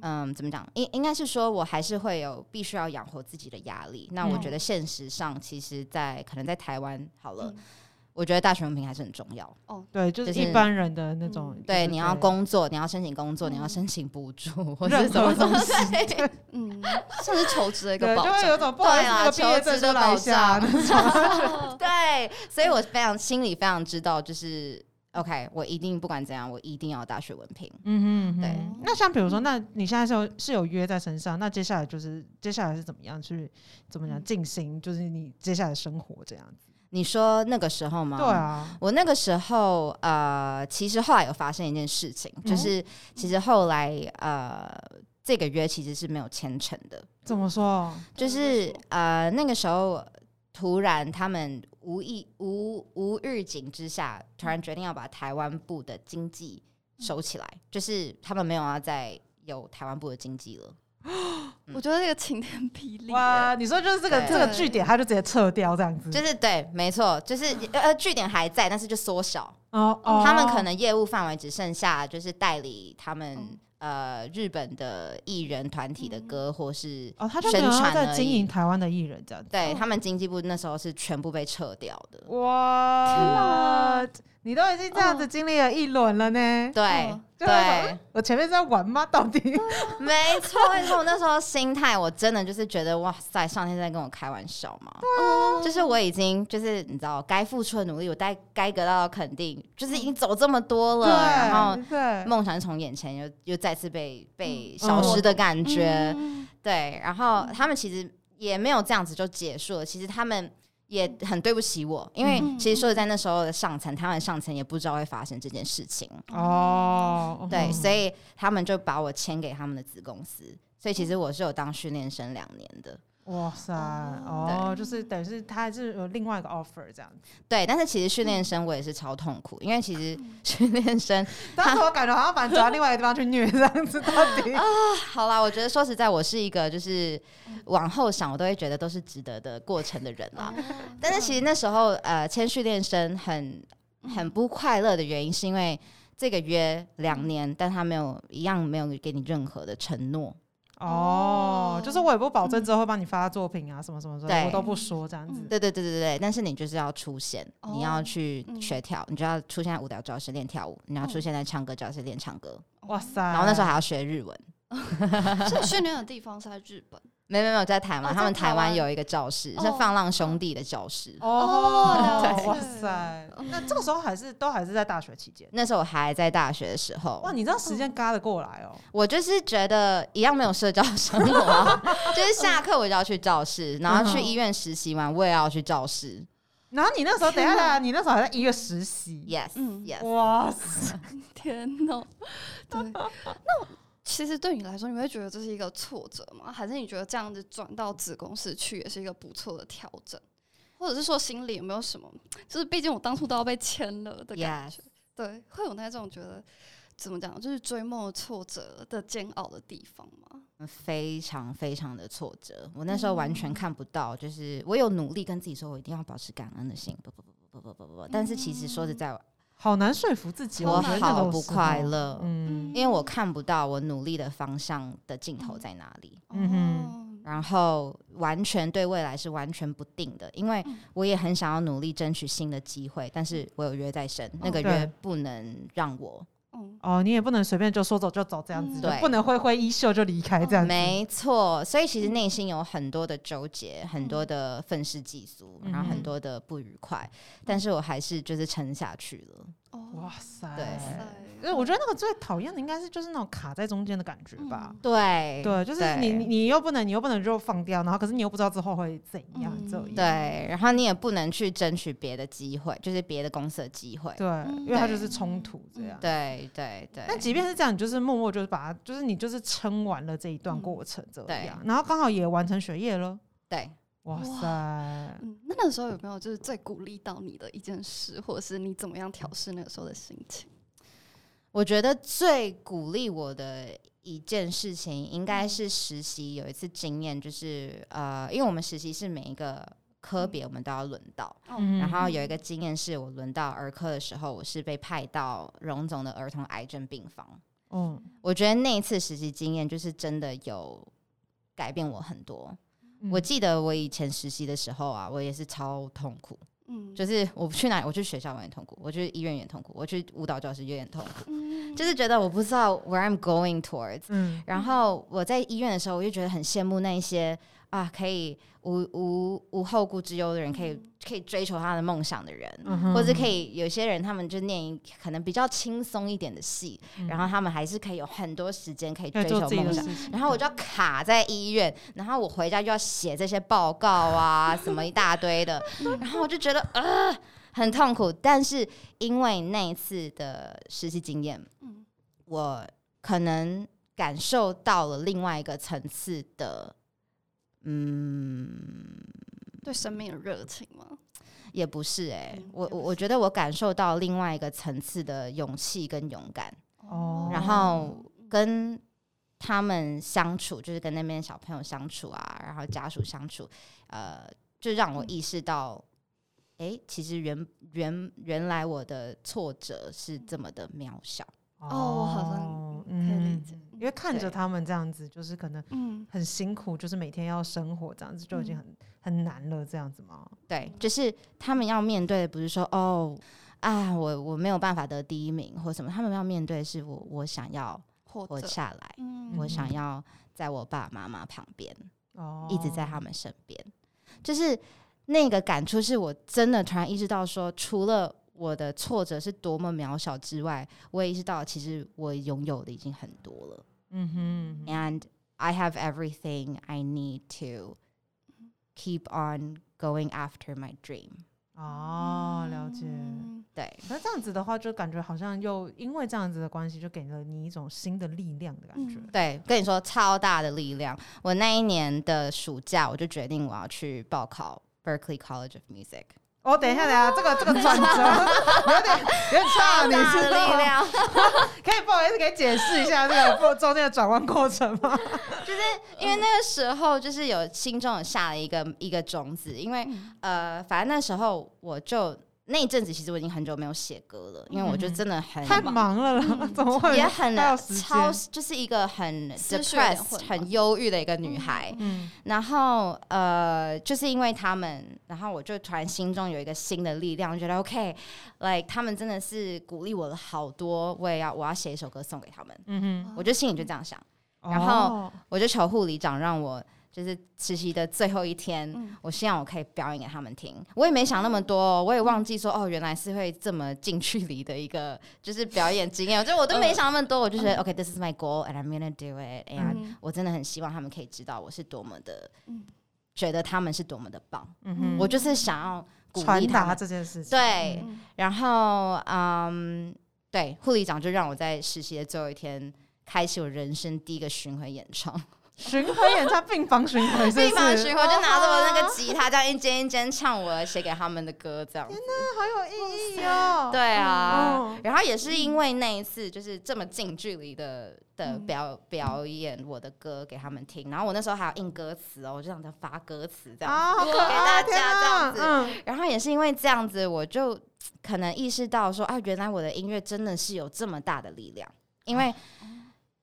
C: 嗯，怎么讲？应应该是说，我还是会有必须要养活自己的压力。那我
A: 嗯
C: 觉得现实上，其实在，可能在台湾好了，
B: 嗯
C: 我觉得大学文凭还是很重要。
A: 对，就是
C: 就是
A: 一般人的那种，
B: 嗯
A: 就是
C: 对，你要工作，你要申请工作，你要
B: 嗯
C: 申请补 助或者
A: 任
C: 什么
A: 何
C: 东
A: 东
C: 西。
A: 西，
B: 嗯， 算是求职的一
A: 对，
B: 个保
A: 就会有
B: 障。
A: 种不好意思，
C: 对啊
A: 那个毕业证就来一下
C: 求
A: 那种。
B: 哦
C: 对，所以我非常心里非常知道，就是 OK，我一定不管怎样，我一定要有大学文凭。
A: 嗯哼嗯哼
C: 对
A: 那像比如说，那你现在是有是有约在身上，那接下来就是接下来是怎么样去怎么讲
C: 嗯
A: 进行，就是你接下来的生活这样子。
C: 你说那个时候吗？
A: 对。啊，
C: 我那个时候，呃，其实后来有发生一件事情，就是其实后来，呃，这个约其实是没有签成的，
A: 怎么说？
B: 嗯
C: 就是呃，那个时候突然他们无意无无预警之下，突然决定要把台湾部的经济收起来，就是他们没有要再有台湾部的经济了。
B: 我觉得这个晴天霹雳，
A: 哇，你说就是这个
C: 对
A: 这个据点，他就直接撤掉这样子，
C: 就是对，没错，就是呃据点还在，但是就缩小。
A: 哦哦，
C: 他们可能业务范围只剩下就是代理他们、
B: 嗯
C: 呃日本的艺人团体的歌，或是
A: 哦，他就没有
C: 宣
A: 要
C: 传
A: 在
C: 而
A: 经
C: 已
A: 营台湾的艺人这样子。
C: 对、
B: 哦
C: 他们经济部那时候是全部被撤掉的。
A: 哇，你都已经这样
C: 哦
A: 子
B: 嗯
A: 经历了一轮了呢。
C: 对、
B: 哦
A: 就会想
C: 对
A: 说，我前面是在玩吗？到底？
C: 没错，你说我那时候心态，我真的就是觉得哇塞，上天在跟我开玩笑嘛。
B: 啊
C: 就是我已经就是你知道，该付出的努力，我该该得到的肯定，就是已经走这么多了，然后
A: 对对，
C: 梦想从眼前又又再次被被消失的感觉。
B: 嗯
C: 对，然后他们其实也没有这样子就结束了，其实他们。也很对不起我，因为
B: 嗯
C: 其实说实在，那时候的上层，他们上层也不知道会发生这件事情。
B: 嗯
A: 哦，
C: 对，
A: 嗯
C: 所以他们就把我签给他们的子公司，所以其实我是有当训练生两年的，
A: 哇塞，
B: 哦
A: 哦，就是等于是他还是有另外一个 offer 这样 子。
C: 对。但是其实训练生我也是超痛苦，因为其实 训练生，
A: 当时我感觉好像把你转到另外一个地方去虐这样子，到底
C: 哦好啦，我觉得说实在，我是一个就是往后想，我都会觉得都是值得的过程的人啦。
B: 啊嗯
C: 但是其实那时候呃，签训练生很很不快乐的原因，是因为这个约两年，但他没有一样没有给你任何的承诺，
A: 哦，就是我也不保证之后会帮你发作品啊，什么什么之类的，
C: 对
A: 我都不说这样子
B: 嗯。
C: 对对对对对，但是你就是要出现，你要
B: 哦
C: 去
B: 嗯
C: 学跳，你就要出现在舞蹈教室练跳舞，你要出现在唱歌教室练唱歌，
A: 哇塞，
B: 嗯
C: 然后那时候还要学日文。
B: 所以训练的地方是在日本。
C: 没有没有没有在台湾，
B: 哦
C: 他们
B: 在台
C: 台湾
B: 湾
C: 有一个教室、是
B: 哦
C: 放浪兄弟的教室。
B: 哦
A: 哦
B: 了，解
A: 哇塞，那这个时候还是都还是在大学期间。
C: 那时候我还在大学的时候，
A: 哇，你知道时间嘎得过来哦，
C: 我就是觉得一样没有社交生活啊、 就是下课我就要去教室，然后去医院实习完我也要去教室。
A: 然后你 那时候等一下
B: 天哪
A: 啦，你那时候还在医院实习，
C: Yes，
B: 嗯
C: 嗯 yes，
A: 哇塞，
B: 天呐，对，那其实对你来说，你会觉得这是一个挫折吗？还是你觉得这样子转到子公司去也是一个不错的调整？或者是说心里有没有什么，就是毕竟我当初都要被签了的感
C: yes
B: 觉。对，会有那种觉得怎么讲，就是追梦的挫折的煎熬的地方吗？
C: 非常非常的挫折。我那时候完全
A: 嗯
C: 看不到，就是我有努力跟自己说，我一定要保持感恩的心，不不不不不不不不。但是其实说实
A: 嗯
C: 在，
A: 好难说服自己，
C: 我
A: 觉得那
C: 好
A: 种
C: 不
A: 时候
C: 快，乐，
A: 嗯
C: 因为我看不到我努力的方向的尽头在哪里。
A: 嗯哼
B: 哦，
C: 然后完全对未来是完全不定的，因
A: 嗯
C: 为我也很想要努力争取新的机会，但是我有约在身，那个
A: 哦对
C: 约不能让我。
B: 嗯，
A: 哦，你也不能随便就说走就走这样子，
B: 嗯
A: 就
C: 对哦
A: 不能挥挥衣袖就离开这样子。嗯
C: 没错，所以其实内心有很多的纠结，很多的愤世嫉俗，然后
A: 嗯
C: 很多的不愉快，但是我还是就是撑下去了。
B: 哦，嗯
A: 哇塞！
C: 对
A: 对，我觉得那个最讨厌的应该是就是那种卡在中间的感觉吧。
B: 嗯
C: 对
A: 对，就是你你你又不能，你又不能就放掉，然后可是你又不知道之后会怎样，
B: 嗯
A: 这样
C: 对，然后你也不能去争取别的机会，就是别的公司的机会。
A: 对，因为它就是冲突这样。
C: 嗯对对对，
A: 但即便是这样，你就是默默就是把它，就是你就是撑完了这一段过程这
C: 嗯对
A: 样，然后刚好也完成学业了，
C: 对
A: 哇
B: 哇
A: 塞！
B: 嗯，那那时候有没有就是最鼓励到你的一件事，或者是你怎么样调试那个时候的心情？
C: 我觉得最鼓励我的一件事情，应
A: 嗯
C: 该是实习有一次经验，就是呃，因为我们实习是每一个科别我们都要轮到，
A: 嗯
C: 然后有一个经验是我轮到儿科的时候，我是被派到荣总的儿童癌症病房。
A: 嗯，
C: 我觉得那一次实习经验就是真的有改变我很多。
A: 嗯
C: 我记得我以前实习的时候啊，我也是超痛苦，
B: 嗯，
C: 就是我去哪，我去学校我也很痛苦，我去医院也很痛苦，我去舞蹈教室也很痛苦，
B: 嗯
C: 就是觉得我不知道 where I'm going towards。
A: 嗯，
C: 然后我在医院的时候，我就觉得很羡慕那一些啊，可以无无无后顾之忧的人，可以可以追求他的梦想的人。
A: 嗯哼
C: 或者可以有些人，他们就念一可能比较轻松一点的戏，
A: 嗯
C: 然后他们还是可以有很多时间可以
A: 可
C: 追
A: 以
C: 求
A: 做自己的
C: 梦
A: 事
C: 想。
A: 情。
C: 然后我就要卡在医院，然后我回家就要写这些报告 啊，什么一大堆的，然后我就觉得呃很痛苦。但是因为那一次的实习经验，
B: 嗯
C: 我可能感受到了另外一个层次的，嗯，
B: 对生命的热情嘛，
C: 也不是哎、
B: 嗯
C: 我
B: 也不
C: 我
B: 是
C: 我觉得我感受到另外一个层次的勇气跟勇敢，
A: 哦
C: 然后跟他们相处，就是跟那边小朋友相处啊，然后家属相处，呃，就让我意识到，哎、其实原原原来我的挫折是这么的渺小。
B: 哦，我好像嗯可
A: 嗯
B: 以理解，
C: 嗯
A: 因为看着
C: 对
A: 他们这样子，就是可能
B: 嗯
A: 很辛苦，就是每天要生活这样子，就已经很、很难了，这样子吗？
C: 对，就是他们要面对的不是说哦啊，我我没有办法得第一名或什么，他们要面对的是我我想要
B: 或
C: 活
B: 者
C: 下来，
B: 嗯
C: 我想要在我爸爸妈妈旁边。
A: 哦，
C: 一直在他们身边，就是那个感触，是我真的突然意识到说，除了我的挫折是多么渺小之外，我也意识到其实我拥有的已经很多了
A: 嗯哼，嗯哼
C: ，and I have everything I need to keep on going after my dream。
A: 哦，了解。
B: 嗯
C: 对，
A: 那这样子的话，就感觉好像又因为这样子的关系，就给了你一种新的力量的感觉。
B: 嗯
C: 对，跟你说超大的力量。我那一年的暑假，我就决定我要去报考 Berkeley College of Music。
A: 哦，等一下，等一下，这个 这个转折有点有点差，
C: 超
A: 你
C: 大的
A: 知道
C: 力
A: 吗？
C: 量，
A: 可以不好意思，可以解释一下这个过中间的转弯过程吗？
C: 因为那个时候就是有心中有下了一个一个种子，因为
A: 嗯
C: 呃，反正那时候我就那一阵子，其实我已经很久没有写歌了，因为我就真的很
A: 嗯太忙了啦， 怎么会？
C: 嗯也很
A: 还有时间
C: 超，就是一个很
B: 思绪有点
C: depressed
B: 混、乱
C: 很忧郁的一个女孩。
A: 嗯
C: 然后呃，就是因为他们，然后我就突然心中有一个新的力量，觉得 OK，like、他们真的是鼓励我了好多，我也要我要写一首歌送给他们，
A: 嗯
C: 我就心里就这样想。
A: 哼，
C: 嗯然后
A: 哦
C: 我就求护理长让我就是实习的最后一天，
B: 嗯
C: 我希望我可以表演给他们听。我也没想那么多哦，我也忘记说哦，原来是会这么近距离的一个就是表演经验，就我都没想那么多，我就觉
A: 嗯
C: 得、OK，this is my goal and I'm gonna do it，and、
B: 嗯
C: 我真的很希望他们可以知道我是多么的，
B: 嗯
C: 觉得他们是多么的棒，
A: 嗯哼，
C: 我就是想要鼓
A: 传
C: 励他
A: 达
C: 们。
A: 这件事情。
C: 对，
B: 嗯
C: 然后嗯，对，护理长就让我在实习的最后一天开启我人生第一个巡回演唱。
A: 巡回演唱病房巡回，是不是
C: 立马巡回就拿着我那
A: 哦
C: 个吉他，这样一间一间唱我写给他们的歌，这样子。
A: 好有意义哦。
C: 对啊
A: 嗯，
C: 然后也是因为那一次就是这么近距离的的
B: 嗯
C: 表表演我的歌给他们听，然后我那时候还要印歌词哦，我就让他发歌词这样。
A: 啊，好可
C: 给大
A: 爱，
C: 家
A: 天啊
C: 这
A: 嗯
C: 然后也是因为这样子，我就可能意识到说啊，原来我的音乐真的是有这么大的力量，
A: 哦嗯
C: 因为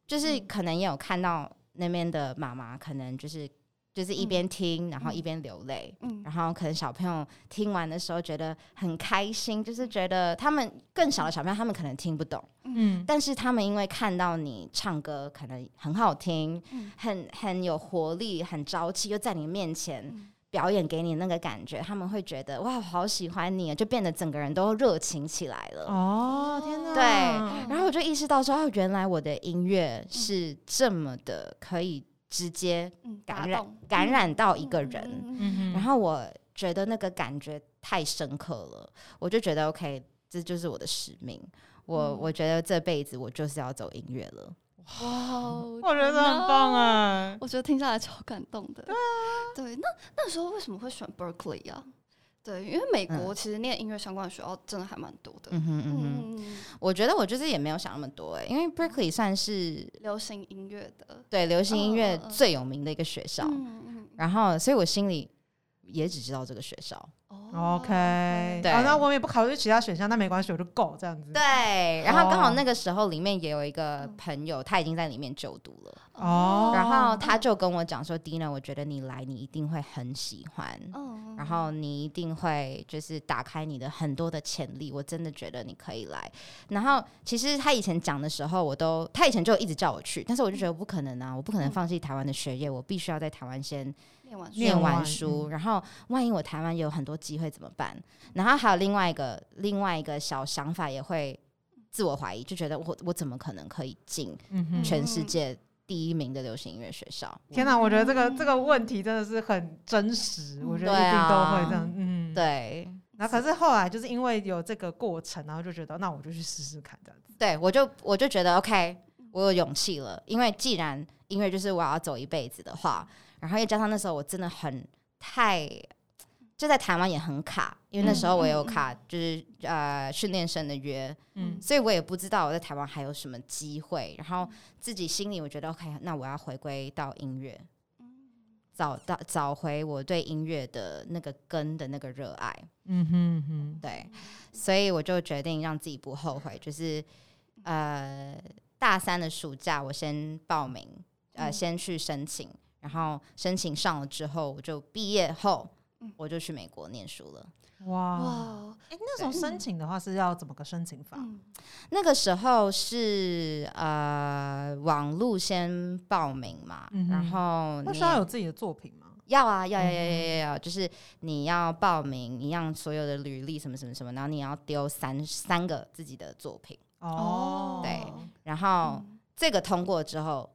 C: 就是可能也有看到那边的妈妈，可能就是就是
A: 嗯
C: 一边听，然后一边流泪。
B: 嗯
C: 然后可能小朋友听完的时候觉得很开心，就是觉得他们更小的小朋友他们可能听不懂，
A: 嗯，
C: 但是他们因为看到你唱歌可能很好听，
B: 嗯
C: 很很有活力，很朝气，又在你面前
B: 嗯
C: 表演给你那个感觉，他们会觉得哇，我好喜欢你，啊就变得整个人都热情起来了。
A: 哦，天哪，
C: 对
B: 嗯
C: 然后我就意识到说，哦，原来我的音乐是这么的可以直接
B: 嗯
C: 感
B: 打
C: 染
B: 动
C: 感染到一
B: 嗯
C: 个
B: 嗯
C: 人。
B: 嗯嗯
A: 嗯哼，
C: 然后我觉得那个感觉太深刻了，我就觉得 OK，这就是我的使命。我、
B: 嗯
C: 我觉得这辈子我就是要走音乐了。
B: 哇哦，
A: 我觉得很棒
B: 啊！
A: 啊，
B: 我觉得听下来超感动的。对啊，对，那那时候为什么会选 Berkeley 啊？对，因为美国其实念音乐相关的学校真的还蛮多的。
C: 嗯哼嗯哼，
B: 嗯，嗯
C: 我觉得我就是也没有想那么多、欸，因为 Berkeley 算是
B: 流行音乐的。
C: 对流行音乐
B: 嗯嗯嗯
C: 最有名的一个学校，
B: 嗯嗯
C: 然后所以我心里也只知道这个学校。
B: 嗯哦
A: OK，
C: 对
A: 好，那我们也不考虑其他选项，那没关系，我就够这样子。
C: 对，然后刚好
A: 嗯哦
C: 那个时候里面也有一个
B: 嗯
C: 朋友，他已经在里面就读了，
A: 哦
C: 然后他就跟我讲说：“Dina，我觉得你来，你一定会很喜欢。”
B: 嗯
C: 然后你一定会就是打开你的很多的潜力，我真的觉得你可以来。然后其实他以前讲的时候，我都他以前就一直叫我去，但是我就觉
A: 嗯
C: 得不可能啊，我不可能放弃台湾的学业，我必须要在台湾先
B: 念完书
A: 念
C: 念完
A: 完嗯
C: 书。然后万一我台湾也有很多机会怎么办？然后还有另外一个另外一个小想法也会自我怀疑，就觉得我我怎么可能可以进
A: 嗯哼，
C: 全世界第一名的流行音乐学校？
A: 天哪，我觉得这个这个
B: 嗯
A: 问题真的是很真实，我觉得
C: 对
A: 一定都
C: 啊
A: 会这样。嗯，。
C: 对，
A: 然后可是后来就是因为有这个过程，然后就觉得那我就去试试看这样子。
C: 对我就我就觉得 OK，我有勇气了，因为既然音乐就是我要走一辈子的话，然后又加上那时候我真的很太就在台湾也很卡，因为那时候我也有卡，就是呃训练生的约，
A: 嗯
C: 所以我也不知道我在台湾还有什么机会，然后自己心里我觉得 OK，那我要回归到音乐。找到找回我对音乐的那个根的那个热爱，
A: 嗯哼哼，
C: 对，所以我就决定让自己不后悔，就是呃，大三的暑假我先报名，呃，
B: 嗯
C: 先去申请，然后申请上了之后，我就毕业后
B: 嗯
C: 我就去美国念书了。
B: 哇
A: 哇！
B: 哦，
A: 哎，那时候申请的话是要怎么个申请法？
B: 嗯
C: 那个时候是呃，网路先报名嘛，
A: 嗯哼
C: 然后
A: 那
C: 你
A: 需要有自己的作品吗？
C: 要啊，要要要要要
B: 嗯
C: 要，就是你要报名一样所有的履历什么什么什么，然后你要丢三三个自己的作品，
A: 哦，
C: 对然后。
B: 嗯
C: 这个通过之后，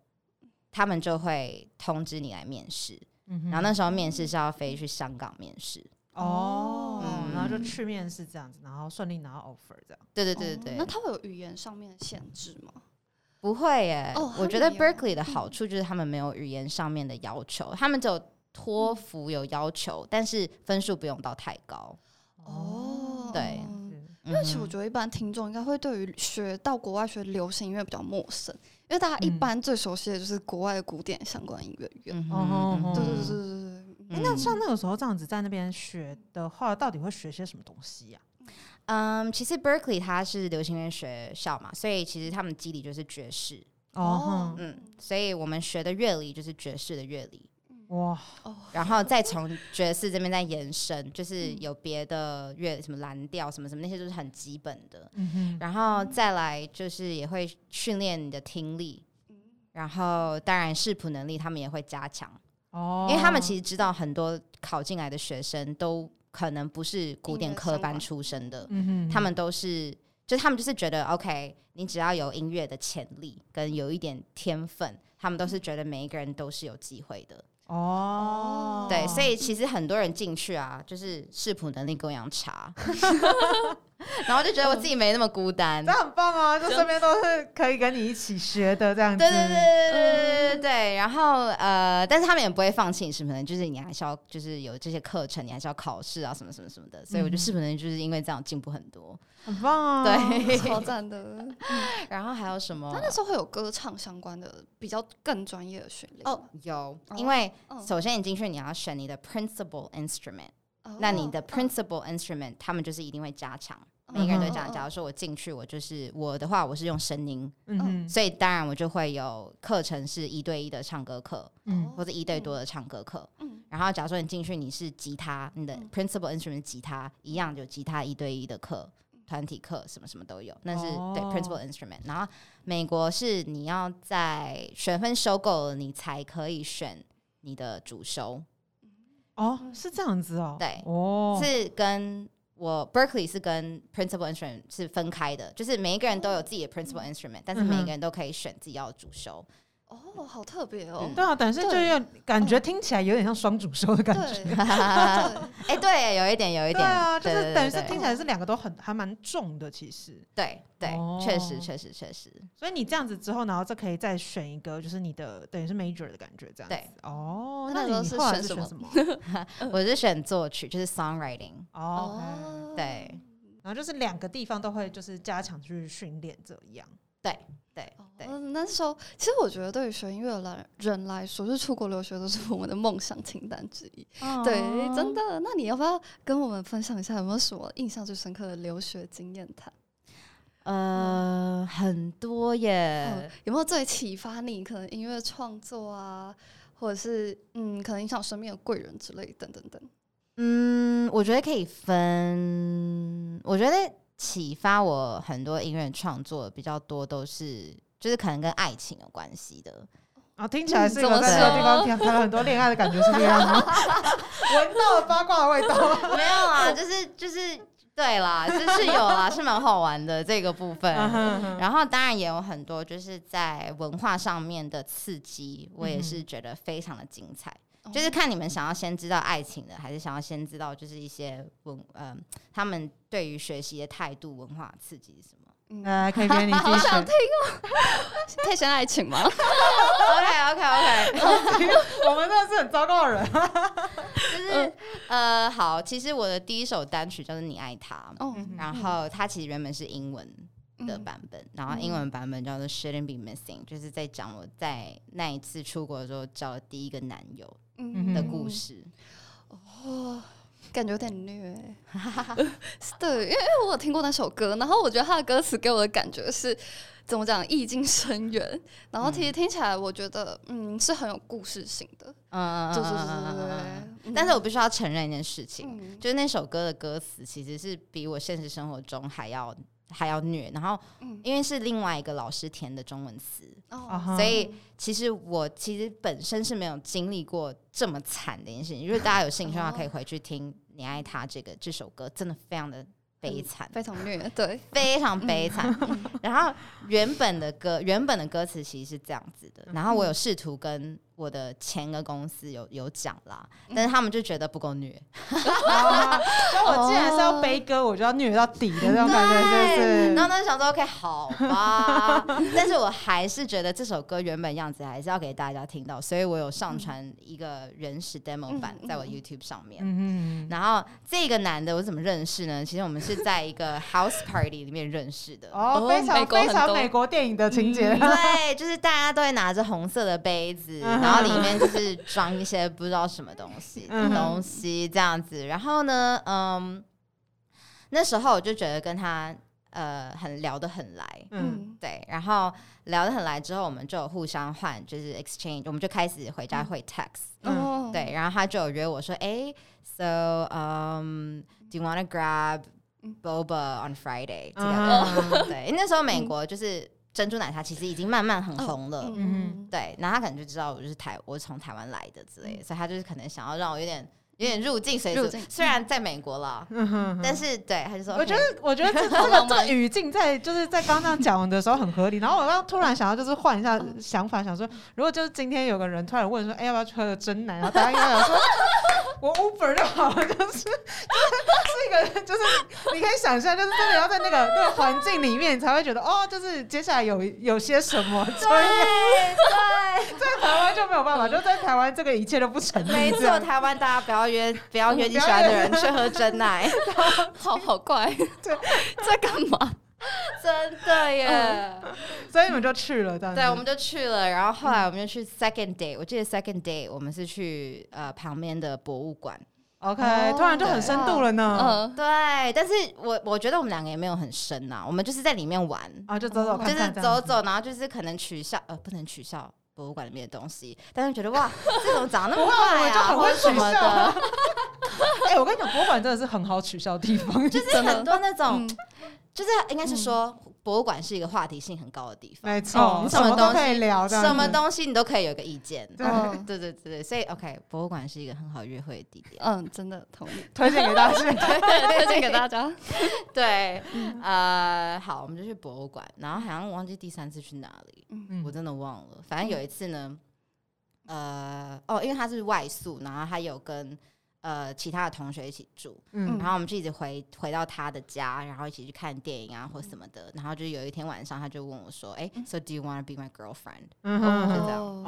C: 他们就会通知你来面试。
A: 嗯哼
C: 然后那时候面试是要飞去香港面试。
A: 哦，
C: 嗯
A: 然后就去面试这样子，然后顺利拿到 offer 这样。
C: 对对对对
B: 哦那
C: 对，
B: 它会有语言上面的限制吗？
C: 不会耶
B: 哦。
C: 我觉
B: 他
C: 得
B: 们没有
C: Berkeley 的好处就是他们没有语言上面的要求，他们只有托
B: 嗯
C: 福有要求，但是分数不用到太高。嗯
B: 哦，
C: 对
A: 是
B: 因
C: 因
B: 为其实我觉得一般听众应该会对于学到国外学流行音乐比较陌生，因为大家一
A: 嗯
B: 般最熟悉的就是国外的古典相关音
C: 嗯
B: 乐院。
A: 哦嗯
B: 对对对对对对，
A: 哎，那像那个时候这样子在那边学的话，到底会学些什么东西呀？
C: 嗯，其实 Berkeley 它是流行音乐学校嘛，所以其实他们基底就是爵士。
A: 哦
B: 哦，
C: 嗯，所以我们学的乐理就是爵士的乐理。
A: 哼哇，
B: 哦
C: 然后再从 爵士这边再延伸，就是
B: 嗯
C: 有别的乐什么蓝调什么什么那些都是很基本的，
A: 嗯哼，
C: 然后再来就是也会训练你的听力，然后当然视谱能力他们也会加强，
A: 哦
C: 因为他们其实知道很多考进来的学生都可能不是古典
B: 音
C: 科
B: 乐相
C: 班
B: 关
C: 出身的，
A: 嗯哼
C: 他们都是就他们就是觉得 OK，你只要有音乐的潜力跟有一点天分，他们都是觉得每一个人都是有机会的。
A: 哦，
C: 对，所以其实很多人进去啊，就是视谱能力跟我一 样差，然后就觉得我自己没那么 孤单。
A: 这
C: 对
A: 很棒 啊！就身边都是可以跟你一起学的这样子。
C: 对对对对对对。然后呃，但是他们也不会放弃你视谱能力，就是你还是要就是有这些课程，你还是要考试啊，什么什么什么的。所以我觉得视谱能力就是因为这样进步很多。
A: 很棒啊！
C: 对，
B: 超赞的。
C: 然后还有什么
B: 那？那时候会有歌唱相关的比较更专业的训练
C: 哦
B: 吗，
C: 有，
B: 哦
C: 因为
B: 嗯
C: 首先你进去你要选你的 principal instrument，
B: 哦
C: 那你的
B: 哦
C: principal instrument 他们就是一定会加强。每个人都
A: 嗯哼
C: 这样。假
B: 哦
C: 如说我进去，我就是我的话，我是用声音，
A: 嗯哼，
C: 所以当然我就会有课程是一对一的唱歌课，
A: 嗯
C: 或者一对多的唱歌课。
B: 嗯
C: 然后假如说你进去你是吉他，你的
B: 嗯
C: principal instrument 是吉他一样有吉他一对一的课、团体课什么什么都有，那是、对
A: 哦
C: principal instrument。然后美国是你要在学分收够了，你才可以选你的主修，
A: 哦，是这样子哦，
C: 对
A: 哦，
C: 是跟。我 Berkeley 是跟 principal instrument 是分开的，就是每一个人都有自己的 principal
A: 嗯
C: instrument，但是每一个人都可以选自己要的主修。
B: 哦，好特别哦
C: 嗯，
A: 对啊，但是就
B: 对
A: 有感觉听起来有点像双主修的感觉。
B: 对对，
C: 哎、对，有一点，有 一
A: 对
C: 点，
A: 啊，就
C: 对
A: 是
C: 对
A: 等于是
C: 对
A: 听起来是两个都很还蛮重的，其实。
C: 对对
A: 哦，
C: 确实，确实，确实，
A: 所以你这样子之后，然后再可以再选一个，就是你的等于是 major 的感觉这样子
C: 对。
A: 哦，
B: 那
A: 那
B: 那时候
A: 你
B: 是
A: 后来
B: 选
A: 是
B: 什
A: 选
B: 么
A: 什么？
C: 我是选作曲，就是 songwriting。
A: 哦，OK，
C: 对
A: 然后就是两个地方都会就是加强去训练这样。
C: 对对，
B: 嗯，那时候其实我觉得，对于学音乐来人来说，就是出国留学都是我们的梦想清单之一。
C: 哦
B: 对，真
A: 的。
B: 的。那你要不要跟我们分享一下，有没有什么印象最深刻的留学经验谈？
C: 呃，很多耶呃
B: 嗯，，有没有最启发你可能音乐创作啊，或者是嗯，可能影响身边的贵人之类等等等？
C: 嗯，我觉得可以分，我觉得启发我很多音乐创作比较多都是。就是可能跟爱情有关系的，
A: 啊，听起来是一
B: 嗯怎
A: 个
B: 么
A: 在这个地方
B: 说
A: 谈谈了很多恋爱的感觉，是这 样吗？闻到了八卦的味道。
C: 没有啊，就是就是对啦，就是有啦，是蛮好玩的这个部分。
A: 嗯
C: 然后当然也有很多就是在文化上面的刺激，我也是觉得非常的精彩。
B: 哦
C: 就是看你们想要先知道爱情的，还是想要先知道就是一些文嗯、他们对于学习的态度、文化刺激是什么
B: 嗯，
A: 来，可以编你自己选。
B: 可以先爱情吗？
C: ？OK OK OK，
A: 我们真的是很糟糕的人。
C: 就是呃好，其实我的第一首单曲就是《你爱他》，
B: 哦，
A: 嗯
C: 然后它其实原本是英文的
B: 嗯
C: 版本，然后英文版本叫做《Shouldn't Be Missing》，就是在讲我在那一次出国的时候交了第一个男友
A: 嗯
C: 的故，事。
B: 哦，感觉有点虐欸。是对，因为因为我有听过那首歌，然后我觉得他的歌词给我的感觉是。怎么讲，意境深远，然后其
C: 嗯
B: 实听起来，我觉得，嗯，是很有故事性的，
C: 嗯，嗯嗯嗯嗯嗯嗯嗯
B: 对对对对对。
C: 但是我必须要承认一件事情，
B: 嗯
C: 就是那首歌的歌词其实是比我现实生活中还要还要虐。然后
B: 嗯
C: 因为是另外一个老师填的中文词，
A: 啊
B: 哦，
A: 哈
C: 所 以其实我其实本身是没有经历过这么惨的一件事情。如果大家有兴趣的话，
B: 哦
C: 可以回去听《你爱他》这个这首歌，真的非常的悲惨，
B: 非常虐，对，
C: 非常悲惨。嗯然后原本的歌，原本的歌词其实是这样子的。然后我有试图跟我的前个公司有有讲啦，但是他们就觉得不够虐。
A: 啊所以我既然是要悲歌，我就要虐到底的那种感觉，
B: 哦
A: 是不
C: 然
A: 是？
C: 后他就想说 OK 好吧， 但是我还是觉得这首歌原本样子还是要给大家听到，所以我有上传一个原始 demo 版
B: 嗯嗯
C: 在我 YouTube 上面。
A: 嗯
C: 然后这个男的我怎么认识呢？其实我们是在一个 house party 里面认识的。
A: 哦，
B: 哦
A: 非常
B: 美国
A: 非
B: 很
A: 常
B: 多
A: 美国电影的情 节。
C: 对，就是大家都会拿着红色的杯子，
A: 嗯
C: 然后里面就是装一些不知道什么东西的
A: 嗯
C: 东西这样子。然后呢，嗯，那时候我就觉得跟他呃很聊得很来，
A: 嗯，
C: 对，然后聊得很来之后，我们就有互相换，就是 exchange，我们就开始回家会 text、
A: 嗯
B: 哦，
C: 对，然后他就有约我说，哎，so um do you wanna grab
B: 嗯
C: boba on Friday？这
A: 啊
C: 样、对，因为那时候美国就是珍珠奶茶其实已经慢慢很红了。
A: 嗯
B: 嗯，
C: 对，然后他可能就知道我就是台，我是从台湾来的之类的，所以他就是可能想要让我有点有点入境水
B: 入
C: 土
B: 境，
C: 虽然在美国了，
A: 嗯哼
C: 但是对，他就说
A: 我觉
C: OK，
A: 得， 我觉得这这个这个语境在就是在刚刚讲的时候很合理。然后我刚突然想要就是换一下
C: 嗯
A: 想法，想说如果就是今天有个人突然问说，哎、要不要去喝个真奶？然后大家应该想说， 我 Uber 就好了，就是 就是是一个就是你可以想象，就是真的要在那个那个环境里面，你才会觉得哦，就是接下来有有些什么。
C: 对
A: 所以
C: 对。
A: 在台湾就没有办法，就在台湾这个一切都不成立。
C: 没
A: 这
C: 错，
A: 样
C: 台湾大家不要约，不要约
A: 嗯
C: 你喜欢的人去喝真奶，
B: 好好 怪，
A: 对，
B: 在干嘛？
C: 真的耶。
A: 所以你们就去了，这样子
C: 对，我们就去了，然后后来我们就去 second day，我记得 second day 我们是去呃旁边的博物馆，
A: OK，、
C: 哦
A: 突然就很深度了呢。
B: 嗯，
C: 对，但是我我觉得我们两个也没有很深呐、我们就是在里面玩，
A: 啊，就走走看
C: 哦就是
A: 看，
C: 走。走，然后就是可能取笑，呃，不能取笑博物馆里面的东西，但是觉得 哇，这怎么长得那么
A: 我
C: 快
A: 们就
C: 啊，
A: 很
C: 或
A: 会
C: 者什
A: 取
C: 么
A: 笑啊
C: 的，
A: 哎、我跟你讲，博物馆真的是很好取笑的嗯地方，
C: 就是很多那种，
B: 嗯
C: 就是应该是说博物馆是一个话题性很高的地 方，
A: 没
B: 哦
A: 错，
C: 什么
A: 么都
C: 东西
A: 可以聊的，
C: 什么东西你都可以有个意见。
A: 对
B: 嗯
C: 对对对对，所以 OK，博物馆是一个很好约会的地点。
B: 嗯，真的同意，
A: 推荐给大家。
B: 推荐给大家。
C: 对，呃，好，我们就去博物馆，然后好像忘记第三次去哪里，
A: 嗯
C: 我真的忘了。反正有一次呢，呃，哦，因为他是外宿，然后他有跟呃其他的同学一起住，
A: 嗯
B: 嗯
C: 然后我们就一直回回到他的家，然后一起去看电影啊或什么的。然后就有一天晚上，他就问我说：“哎、s o do you want to be my girlfriend？”
A: 嗯
C: 就
A: 哼
C: 这样
B: 哦，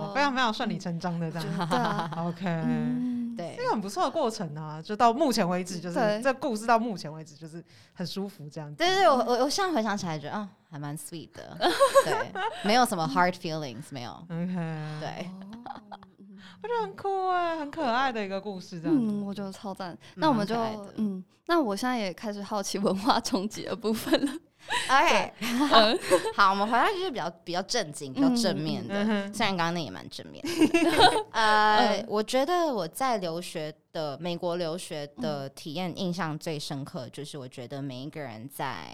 A: 哦，
B: 对
A: 非常非常顺理成章的这
C: 嗯
B: 觉
A: 样。
B: 得啊
A: OK，
B: 嗯，
C: 对
A: 这，个很不错的过程啊，就到目前为止，就是
B: 对
A: 这故事到目前为止就是很舒服这样子。
C: 对对对，我我我现在回想起来觉得，哦，还蛮 sweet 的， 对，没有什么 hard feelings，没有，
A: OK，
C: 对。
B: 哦
A: 我觉得很酷哎，很可爱的一个故事这样子。
B: 嗯，我觉得超赞。那我们就
C: 蛮可爱的
B: 嗯，那我现在也开始好奇文化冲击的部 分了。
C: OK，好， 我们回到就是比较比较正经、比较正面的，
A: 嗯嗯哼，
C: 虽然刚刚那也蛮正面的。 呃，
B: 嗯
C: 我觉得我在留学的美国留学的体验印象最深刻，就是我觉得每一个人在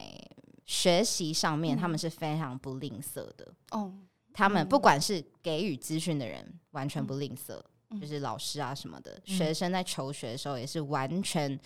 C: 学习上面，
B: 嗯
C: 他们是非常不吝啬的。
B: 哦，
C: 他们
B: 嗯
C: 不管是给予资讯的人，完全
B: 嗯
C: 不吝啬，
B: 嗯
C: 就是老师啊什么的，
A: 嗯
C: 学生在求学的时候也是完全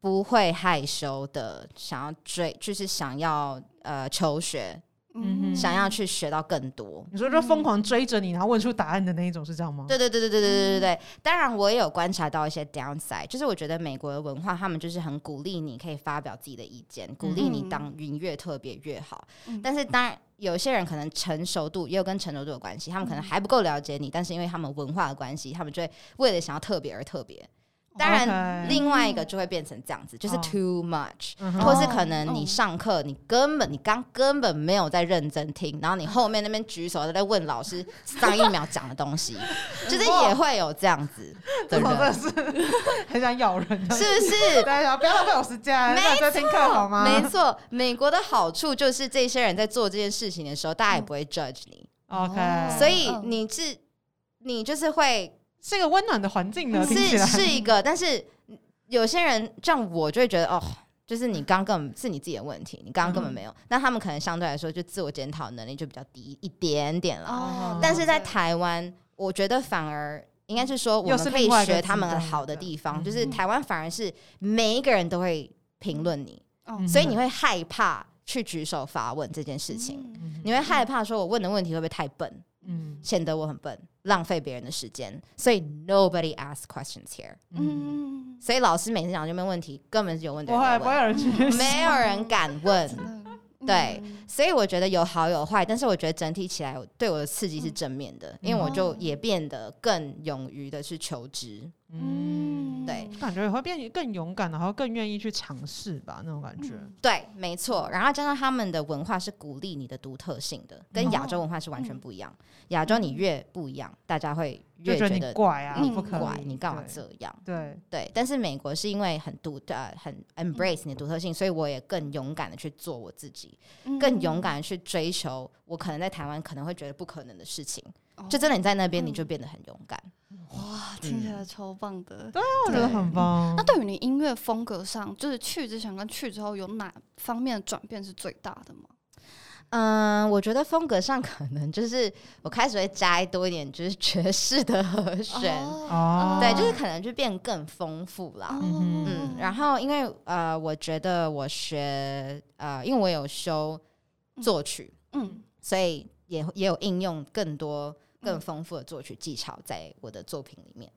C: 不会害羞的，想要追，就是想要呃求学，
A: 嗯哼
C: 想要去学到更多。
A: 你说就疯狂追着你，然后问出答案的那一种是这样吗？
C: 嗯
A: 嗯
C: 对对对对对对对对对，当然我也有观察到一些 downside，就是我觉得美国的文化，他们就是很鼓励你可以发表自己的意见，鼓励你
B: 嗯
C: 当云越特别越好。
B: 嗯
C: 但是当然，有些人可能成熟度也有跟成熟度有关系，他们可
A: 嗯
C: 能还不够了解你，但是因为他们文化的关系，他们就会为了想要特别而特别。当然，
A: 哦 OK
C: 另外一个就会变成这样子，就是
A: 哦
C: too much。
A: 嗯
C: 或
A: 哼，
C: 是可能你
B: 哦
C: 上课，你根本你刚根本没有在认真听，然后你后面那边举手在问老师上一秒讲的东西，就是也会有这样子
A: 这
C: 的
A: 种真的
C: 人，
A: 是很想咬人的，
C: 是不 是？
A: 大家不要浪费我时间，那我在听课好吗？
C: 没错，美国的好处就是这些人在做这件事情的时候，大家也不会 judge 你，
A: OK，
C: 哦所以
B: 嗯
C: 你是你就是会
A: 是一个温暖的环境啊呢，听起
C: 是
A: 来
C: 是一个，但是有些人像我就会觉得哦。就是你刚根本是你自己的问题，你刚刚根
A: 嗯
C: 本没有。那他们可能相对来说就自我检讨能力就比较低一点点啦。
A: 哦
C: 但是在
B: 对
C: 台湾，我觉得反而应该是说，我
A: 又
C: 们
A: 是
C: 可
A: 另
C: 以
A: 外一个
C: 学他
A: 极
C: 们的
A: 端
C: 好的
A: 的
C: 地方，
A: 嗯
C: 就是台湾反而是每一个人都会评论你，
B: 哦
A: 嗯
C: 所以你会害怕去举手发问这件事情，
B: 嗯
A: 嗯
C: 你会害怕说我问的问题会不会太笨，
A: 嗯
C: 显得我很笨，浪费别人的时间，所以 nobody ask questions here。
A: 嗯，
B: 嗯，
C: 所以老师每次讲这边问题，根本是有问题
A: 不会
C: 的
A: 不会
C: 问，
A: 有人去，
C: 没有人敢问。
B: 嗯
C: 对，所以我觉得有好有坏，但是我觉得整体起来我对我的刺激是正面的，
A: 嗯
C: 因为我就也变得更勇于的去求知。
A: 嗯，
C: 对
A: 感觉也会变更勇敢，然后更愿意去尝试吧，那种感觉。
B: 嗯
C: 对，没错。然后加上他们的文化是鼓励你的独特性的，跟
A: 嗯
C: 亚洲文化是完全不一样。亚洲你越不一样，大家会
A: 就
C: 越
A: 觉
C: 觉
A: 得
C: 得
A: 你怪啊，
C: 你
A: 不可
C: 怪
A: 以，
C: 你干嘛
A: 对
C: 这样？
A: 对，
C: 对，但是美国是因为很独呃很 embrace 你的独特性，所以我也更勇敢的去做我自己，
B: 嗯
C: 更勇，敢的去追求我可能在台湾可能会觉得不可能的事情。
B: 嗯
C: 就真的你在那边，
B: 嗯
C: 你就变得很勇敢。
B: 哇，听起来超棒的。
A: 那嗯啊我觉得很棒
B: 那。对于你音乐风格上，就是去之前跟去之后有哪方面的转变是最大的吗？
C: 嗯，我觉得风格上可能就是我开始会摘多一点，就是爵士的和弦，
A: 哦
C: 对，就是可能就变更丰富啦。
B: 哦
A: 嗯
C: 嗯，然后因为呃，我觉得我学呃，因为我有修作曲，
B: 嗯
C: 所以也也有应用更多更
B: 嗯
C: 丰富的作曲技巧在我的作品里面。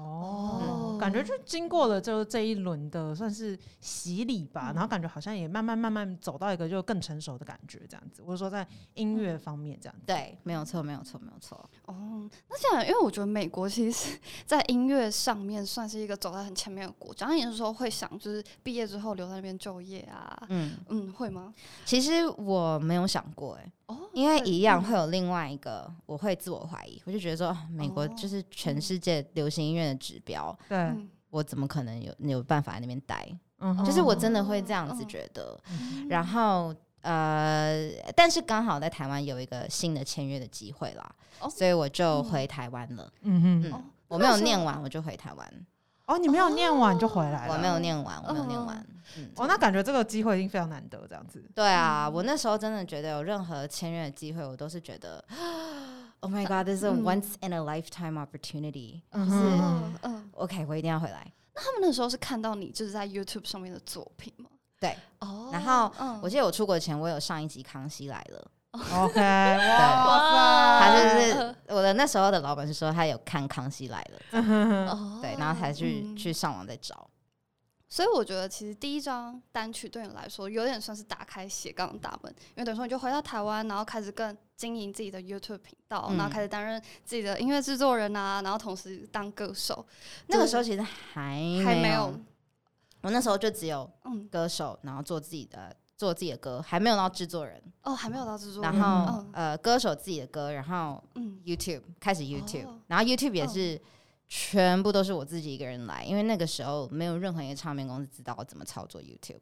A: 哦，感觉就经过了就这一轮的算是洗礼吧，
B: 嗯
A: 然后感觉好像也慢慢慢慢走到一个就更成熟的感觉，这样子。我是说在音乐方面这样子，
C: 对，没有错，没有错，没有错。
B: 哦，那这样，因为我觉得美国其实是在音乐上面算是一个走在很前面的国家。那你是说会想就是毕业之后留在那边就业啊？
C: 嗯，
B: 嗯，会吗？
C: 其实我没有想过、欸，
B: 哦，
C: 因为
B: 会
C: 一样
B: 嗯
C: 会有另外一个，我会自我怀疑，我就觉得说，哦美国
B: 哦
C: 就是全世界流行音乐的指标，
A: 对，
B: 嗯
C: 我怎么可能有有办法在那边待？
A: 嗯
B: 哦
A: 哼，
C: 就是我真的会这样子
B: 嗯
C: 觉得。然后呃，但是刚好在台湾有一个新的签约的机会啦，
B: 哦
C: 所以我就回台湾了。
A: 嗯哼，
C: 嗯
B: 哦
C: 我没有
B: 那时候
C: 念完，我就回台湾。
A: 哦，你没有念完就回来
C: 我
A: 了，
C: 没有念完，我没有念
B: 嗯
C: 完。嗯，
A: 哦，那感觉这个机会已经非常难得，这样子。
C: 对啊，
B: 嗯
C: 我那时候真的觉得有任何签约的机会，我都是觉得，Oh my God, this is a
B: 嗯
C: once in a lifetime opportunity。
A: 嗯
C: 哼
B: 嗯嗯，
C: OK，我一定要回来。
B: 那他们那时候是看到你就是在 YouTube 上面的作品吗？
C: 对，
B: 哦，
C: 然后
B: 嗯
C: 我记得我出国前，我有上一集《康熙来了
A: OK，哇
C: 哦
B: 哦
C: 他
A: 塞，
C: 就
B: 嗯
C: 是
B: 嗯》，
C: 我的那时候的老板是说他有看《康熙来了》，
A: 嗯
B: 哦
C: 嗯对，然后才去、
B: 嗯
C: 去上网再找。
B: 所以我觉得，其实第一张单曲对你来说有点算是打开斜杠的大门，因为等于说你就回到台湾，然后开始更经营自己的 YouTube 频道，
C: 嗯
B: 然后开始担任自己的音乐制作人啊，然后同时当歌手，
C: 那个时
B: 候
C: 候其实还
B: 还
C: 嗯没
B: 没
C: 有
B: 有，，
C: 我那时候就只有
B: 嗯，
C: 歌手，然后做自己的做自己的歌，还没有到制作人，
B: 哦，还没有到制作人，
C: 然后、
B: 嗯
C: 呃歌手自己的歌，然后
B: 嗯，
C: YouTube 开始 YouTube，、
B: 哦
C: 然后 YouTube 也
B: 嗯
C: 是、全部都是我自己一个人来，因为那个时候没有任何一个唱片公司知道我怎么操作 YouTube，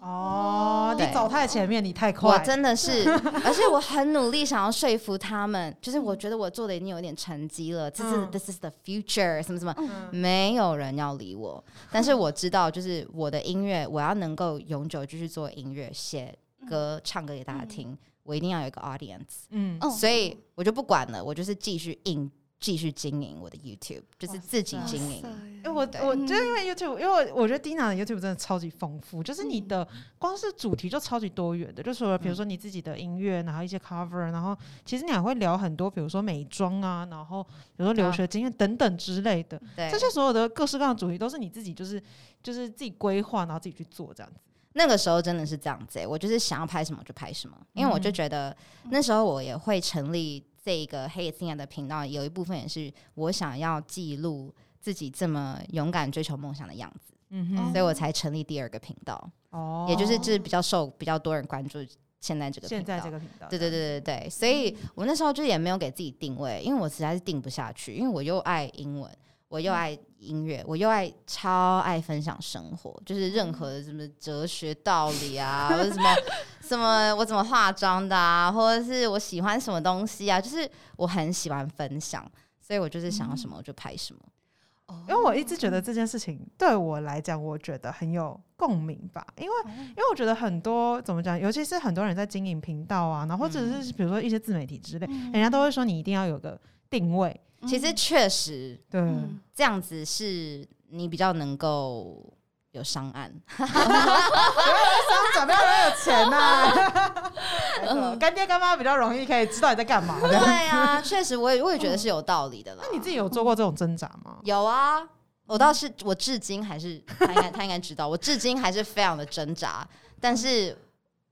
A: 哦，你
C: 对
A: 走太前面，你太快，
C: 我真 的是，而且我很努力想要说服他们，就是
B: 嗯
C: 我觉得我做的已经有点成绩了，这是
A: 嗯
C: This is the future 什么什么。
A: 嗯
C: 没有人要理我，
B: 嗯
C: 但是我知道，就是我的音乐，我要能够永久继续做音乐、写
B: 嗯
C: 歌、唱歌给大家听，我一定要有一个 audience。
A: 嗯
B: 嗯
C: 所以我就不管了，我就是继续硬继续经营我的 YouTube，就是自己
A: 哇
C: 经营。
A: 哎、我
C: 对嗯
A: 我觉得因为 YouTube，因为我我觉得 Dina 的 YouTube 真的超级丰富，就是你的光是主题就超级多元的，就除
C: 嗯
A: 了比如说你自己的音乐，然后一些 cover，然后其实你还会聊很多，比如说美妆啊，然后比如说留学经验等等之类的，
C: 对
A: 这，些所有的各式各样的主题都是你自己就是就是自己规划，然后自己去做这样子。
C: 那个时候真的是这样子欸、我就是想要拍什么就拍什么，因为我就
A: 嗯
C: 觉得那时候我也会成立这一个黑子 n 的频道，有一部分也是我想要记录自己这么勇敢追求梦想的样子，
A: 嗯
B: 哼
C: 所以我才成立第二个频道，
A: 哦
C: 也就是就是比较受比较多人关注现在这个频
A: 现在
C: 道
A: 这。个频道，
C: 对对对对对，所以我那时候就也没有给自己定位，因为我实在是定不下去，因为我又爱英文，我
A: 嗯
C: 又爱音乐，我又爱超爱分享生活，就是任何的什么哲学道理啊，或者 什么什么我怎么化妆的啊，或者是我喜欢什么东西啊，就是我很喜欢分享，所以我就是想要什么
A: 嗯
C: 我就拍什么。
A: 因为
B: 哦
A: 我一直觉得这件事情对我来讲，我觉得很有共鸣吧，因为
B: 哦
A: 因为我觉得很多怎么讲，尤其是很多人在经营频道啊，然后或者是比如说一些自媒体之类，
B: 嗯
A: 人家都会说你一定要有个定位，
C: 其实确实
A: 对，
B: 嗯
C: 这样子是你比较能够有上岸，
A: 长辈很有钱呐、
B: 嗯
A: 干爹干妈比较容易可以知道你在干嘛。
C: 对啊， 确实我也我也觉得是有道理的啦。
A: 那你自己有做过这种挣扎吗？
C: 有啊，我
B: 嗯
C: 倒是我至今还是他应该他应该知道，我至今还是非常的挣扎，但是。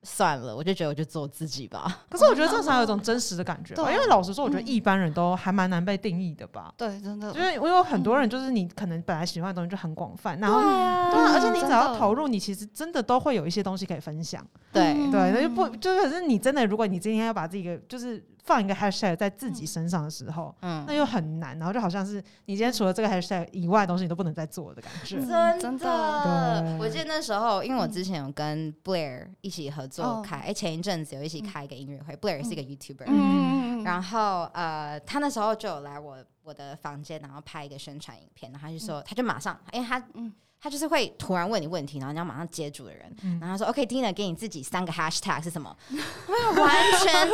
C: 算了，我就觉得我就做自己吧。
A: 可是我觉得这才有一种真实的感觉吧，
B: 对
A: 因为老实说，我觉得
B: 嗯
A: 一般人都还蛮难被定义的吧。
B: 对，真的，
A: 就是因为有很多人，就是你可能本来喜欢的东西就很广泛，然后
B: 啊
A: 对啊，而且你只
B: 真
A: 要
B: 的
A: 投入，你其实真的都会有一些东西可以分享。
B: 嗯
C: 对，
A: 对，那就不就是，可是你真的，如果你今天要把自己一个就是放一个 hashtag 在自己身上的时候，
C: 嗯
B: 哎
A: 那，又很难，然后就好像是你今天除了这个 hashtag 以外的东西，你都不能再做的感觉。
B: 嗯真嗯
A: 的
C: 我记得那时候，因为我之前有跟 Blair 一起合作
B: 哦嗯
C: 开，哎，前一阵子有一起开一个音乐会，Blair 是一个 YouTuber，
B: 嗯嗯嗯，
C: 然后呃，他那时候就有来我我的房间，然后拍一个宣传影片，然后他就说，他就马上，因为他
B: 嗯
C: 他就是会突然问你问题，然后你要马上接住的人。
A: 嗯
C: 然后他说：“OK，Tina，、给你自己三个 hashtag 是什么？” 我有完全，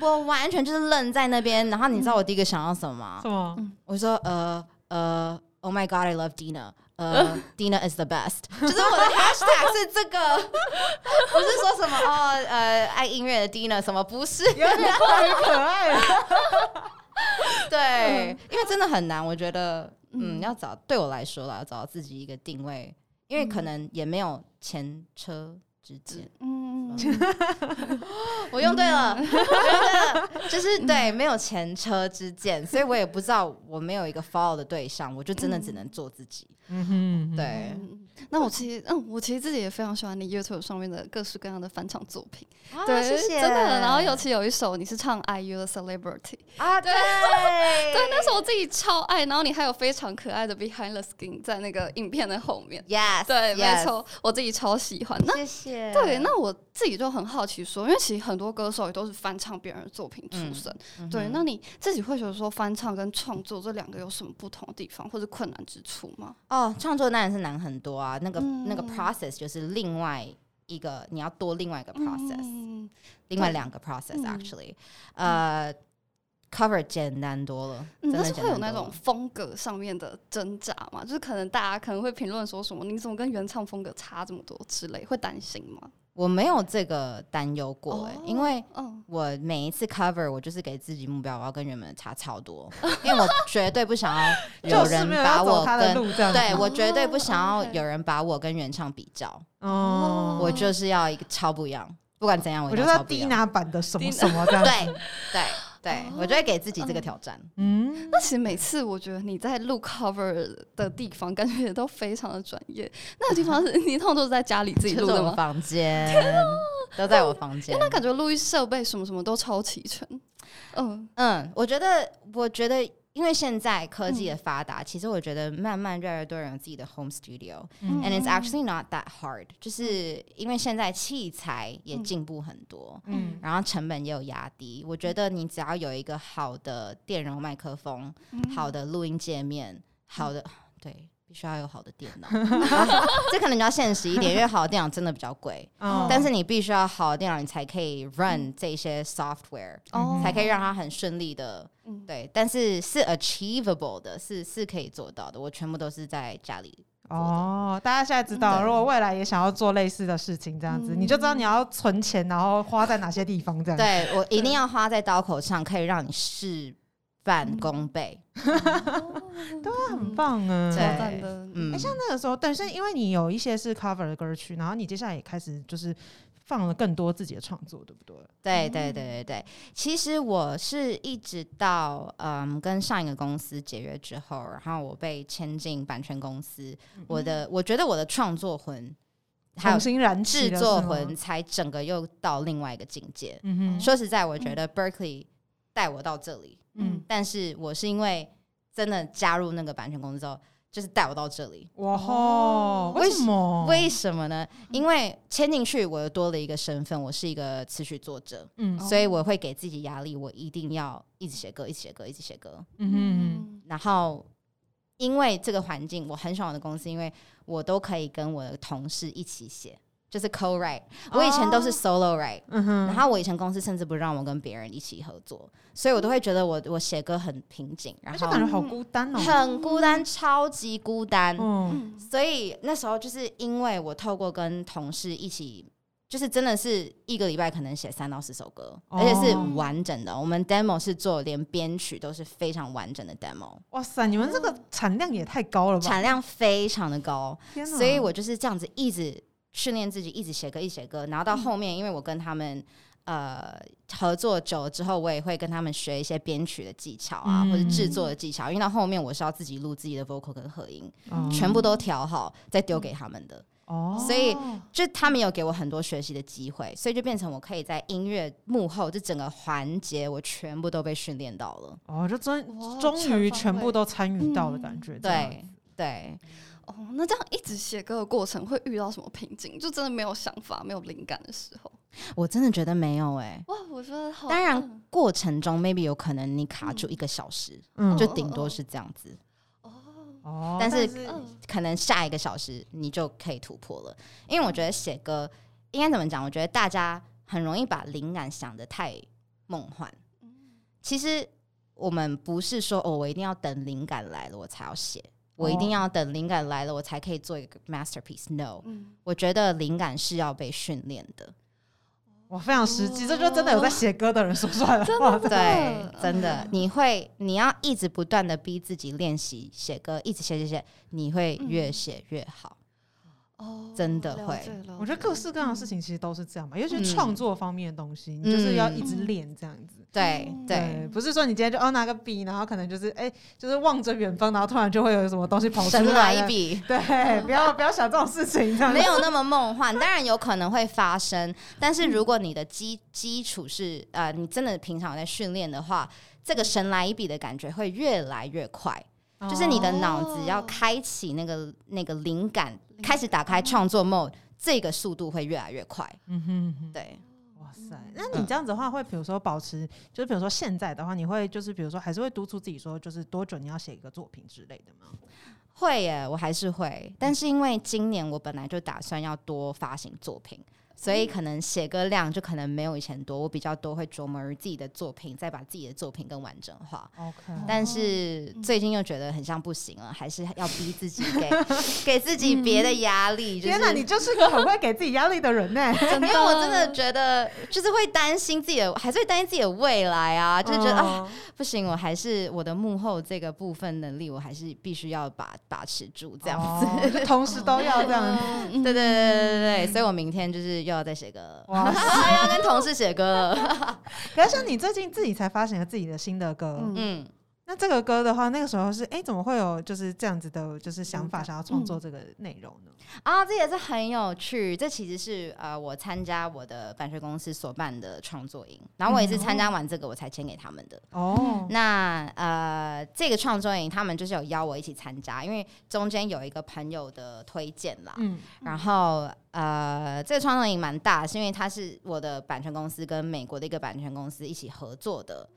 C: 我完全就是愣在那边。然后你知道我第一个想到什么吗？
A: 什么？
B: 嗯
C: 我说：“呃呃，Oh my God，I love Dina。”呃 ，Dina is the best，就是 我的 hashtag 是这个， 不是说什么哦，呃，爱音乐的 Dina 什么不是，
A: 有点过于可爱了。
C: 对，因为真的很难，我觉得嗯，
B: 嗯
C: 要找对我来说啦，要找到自己一个定位，因为可
B: 嗯
C: 能也没有前车之鉴。
B: 嗯，
C: 嗯我用对 了，我用对了，就是对，没有前车之鉴，所以我也不知道我没有一个 follow 的对象，我就真的只能做自己。
A: 嗯哼，
C: 对，
B: 嗯那我其实，嗯，我其实自己也非常喜欢你 YouTube 上面的各式各样的翻唱作品，
C: 啊
B: 对，
C: 谢谢。
B: 真的。然后尤其有一首你是唱 IU 的 Celebrity，
C: 啊， 对，
B: 对，那是我自己超爱。然后你还有非常可爱的 Behind the Skin 在那个影片的后面，
C: yes，
B: 对，没
C: yes，
B: 错，我自己超喜欢。那
C: 谢谢。
B: 对，那我自己就很好奇说，因为其实很多歌手也都是翻唱别人的作品出
C: 嗯
B: 身，
C: 嗯哼
B: 对，那你自己会觉得说翻唱跟创作这两个有什么不同的地方或者困难之处吗？
C: 哦，创作当然是难很多啊，那个那个
B: 嗯
C: process 就是另外一个，你要多另外一个 process。
B: 嗯
C: 另外
B: 对
C: 两个 process
B: 嗯
C: actually，、呃，cover 简单多了，
B: 嗯，
C: 真
B: 但
C: 的
B: 是
C: 简
B: 会有那
C: 单多
B: 种
C: 了。
B: 风格上面的挣扎嘛？就是可能大家可能会评论说什么，你怎么跟原唱风格差这么多之类，会担心吗？
C: 我没有这个担忧过、欸，
B: 哦
C: 因为
B: 嗯，
C: 我每一次 cover，我就是给自己目标，我要跟原本的差 超多，因为我绝对不想要有
A: 就是
C: 人
A: 没有
C: 把
A: 要
C: 我
A: 走他的
C: 跟。
A: 路这样子，
C: 对，我绝对
B: 哦
C: 不想要
B: ，OK
C: 有人把我跟原唱比较，
A: 哦，
C: 我就是要一个超不一样，不管怎样，我
A: 我
C: 一
A: 觉
C: 定
A: 得要
C: 要超不一
A: 低
C: 样。
A: 拿版的什么什么这样，
C: 对对对，我就会给自己这个
B: 嗯
C: 挑战。
A: 嗯，
B: 那其实每次我觉得你在录 cover 的地方，感觉也都非常的专业。那个地方是 你通常都是在家里自己
C: 就
B: 录
C: 是
B: 的
C: 我
B: 吗？
C: 房间，
B: 啊
C: 都在我房间。
B: 哦那感觉录音设备什么什么都超齐全。嗯
C: 嗯，我觉得，我觉得，因为现在科技的发
B: 嗯
C: 达，其实我觉得慢慢越来越多人有自己的 home studio，and、
A: 嗯
C: it's actually not that hard。就是因为现在器材也进步很多，
A: 嗯
C: 然后成本也有压低。我觉得你只要有一个好的电容麦克风，
B: 嗯
C: 好的录音界面，好的对。必须要有好的电脑， 这可能你要现实一点，因为好的电脑真的比较贵。
A: 哦
C: 但是你必须要好的电脑，你才可以 run 这些 software，、
B: 哦
A: 嗯
C: 才可以让它很顺利的
B: 嗯
C: 对，但是是 achievable 的，是是可以做到的。我全部都是在家里，
A: 哦，大家现在知道，
C: 对
A: 如果未来也想要做类似的事情，这样子、
B: 嗯
A: 你就知道你要存钱，然后花在哪些地方，这样子。
C: 对我一定要花在刀口上，可以让你事半功倍。啊
B: 对，
A: 很棒啊！
B: 超
C: 对
A: 哎、
B: 赞的。嗯
C: 嗯，
A: 像那个时候，但是因为你有一些是 cover 的歌曲，然后你接下来也开始就是放了更多自己的创作，对不对？
C: 对对
A: 嗯
C: 对对对。其实我是一直到嗯跟上一个公司解约之后，然后我被签进版权公司，
A: 嗯
C: 我的我觉得我的创作魂还有
A: 重新燃起
C: 制
A: 了
C: 作
A: 是吗
C: 魂，才整个又到另外一个境界。
A: 嗯哼，
C: 说实在，我觉得 Berkeley 带我到这里，
A: 嗯，
C: 但是我是因为真的加入那个版权公司之后，就是带我到这里。
A: 哇吼，
C: 为
A: 哦为什么？
C: 为什么呢？
A: 嗯
C: 因为签进去，我又多了一个身份，我是一个词曲作者，
A: 嗯
B: 哦
C: 所以我会给自己压力，我一定要一直写歌，一直写歌，一直写歌。
A: 嗯哼，
C: 然后，因为这个环境，我很喜欢我的公司，因为我都可以跟我的同事一起写，就是 co write。我以前都是
B: 哦
C: solo write，、
A: 嗯哼，
C: 然后我以前公司甚至不让我跟别人一起合作，所以我都会觉得我我写歌很瓶颈，然
A: 而且
C: 后
A: 哎感觉好孤单哦。
C: 很
B: 嗯
C: 孤单，超级孤单。
A: 嗯
C: 所以那时候就是因为我透过跟同事一起，就是真的是一个礼拜可能写三到四首歌，
A: 哦
C: 而且是完整的。我们 demo 是做连编曲都是非常完整的 demo，
A: 哇塞，你们这个产量也太高了吧！
C: 产量非常的高，
A: 天哪！
C: 所以我就是这样子一直训练自己，一直写歌，一直写歌，然后到后面，因为我跟他们。呃，合作久了之后，我也会跟他们学一些编曲的技巧啊，
A: 嗯
C: 或者制作的技巧。因为到后面我是要自己录自己的 vocal 跟合音，
A: 嗯
C: 全部都调好再丢给他们的。
A: 哦，
C: 所以就他们有给我很多学习的机会，所以就变成我可以在音乐幕后这整个环节，我全部都被训练到了。
A: 哦，就终
B: 哇
A: 终于
B: 全
A: 全
B: 方
A: 部
B: 位
A: 都参与到的感觉，这样
C: 嗯对对，
B: 哦，那这样一直写歌的过程会遇到什么瓶颈？就真的没有想法、没有灵感的时候。
C: 我真的觉得没有哎、
B: 哇，我觉得好。
C: 当然
B: 嗯
C: 过程中 maybe 有可能你卡住一个小时，
A: 嗯
C: 就顶多是这样子，
B: 哦，
A: 哦，
C: 但是
B: 嗯
C: 可能下一个小时你就可以突破了。因为我觉得写歌应该怎么讲？我觉得大家很容易把灵感想得太梦幻，其实我们不是说哦，我一定要等灵感来了我才要写，我一定要等灵感来了我才可以做一个 masterpiece。No，
B: 嗯，
C: 我觉得灵感是要被训练的。
A: 我非常实际，这就真的有在写歌的人说出来的话。
C: 对，真
B: 嗯
C: 的，你会，你要一直不断的逼自己练习写歌，一直写写写，你会越写越好。
B: 哦，
C: 真的
B: 了
C: 会
B: 解。了
A: 我觉得
B: 解
A: 各式各样的事情其实都是这样嘛，尤其
C: 嗯
A: 是创作方面的东西，你就是要一直
B: 嗯
A: 练这样子。
C: 对
B: 嗯
C: 对，
A: 不是说你今天就哦拿个笔，然后可能就是哎、就是望着远方，然后突然就会有什么东西跑出
C: 神来
A: 了
C: 一笔。
A: 对，不要不要想这种事情，这样子
C: 没有那么梦幻，当然有可能会发生。但是如果你的基基础是呃，你真的平常有在训练的话，这个神来一笔的感觉会越来越快。
A: 哦
C: 就是你的脑子要开启那个那个灵感，开始打开创作 mode，这个速度会越来越快。
A: 嗯哼哼
C: 对，
A: 哇塞！那你这样子的话，会比如说保持，就是比如说现在的话，你会就是比如说还是会督促自己说，就是多久你要写一个作品之类的吗？
C: 会耶，我还是会。但是因为今年我本来就打算要多发行作品。所以可能写歌量就可能没有以前多，我比较多会琢磨于自己的作品，再把自己的作品更完整化。
A: OK，
C: 但是
B: 嗯
C: 最近又觉得很像不行了，还是要逼自己 给给自己别的压力。就
A: 嗯
C: 是
A: 天哪，你啊就是个很会给自己压力的人呢、
C: 因为我真的觉得就是会担心自己的，还是会担心自己的未来啊， 就觉得、啊
A: 哦
C: 不行，我还是我的幕后这个部分能力，我还是必须要把把持住这样子。
A: 哦就同时都要这样子。
B: 嗯
C: 对对对对对对，所以我明天就是又要再写歌了，
A: 哇塞！
C: 要跟同事写歌了。
A: 可是像你最近自己才发行了自己的新的歌，
B: 嗯
C: 嗯，
A: 那这个歌的话，那个时候是哎、怎么会有就是这样子的，就是想
C: 嗯
A: 法想要创作这个内容呢？
C: 啊，这也是很有趣。这其实是呃，我参加我的版税公司所办的创作营，然后我也
A: 嗯
C: 是参加完这个我才签给他们的。
A: 哦，
C: 嗯那呃，这个创作营他们就是有邀我一起参加，因为中间有一个朋友的推荐啦。
A: 嗯，
C: 然后呃，这个创作营蛮大，是因为它是我的版权公司跟美国的一个版权公司一起合作的。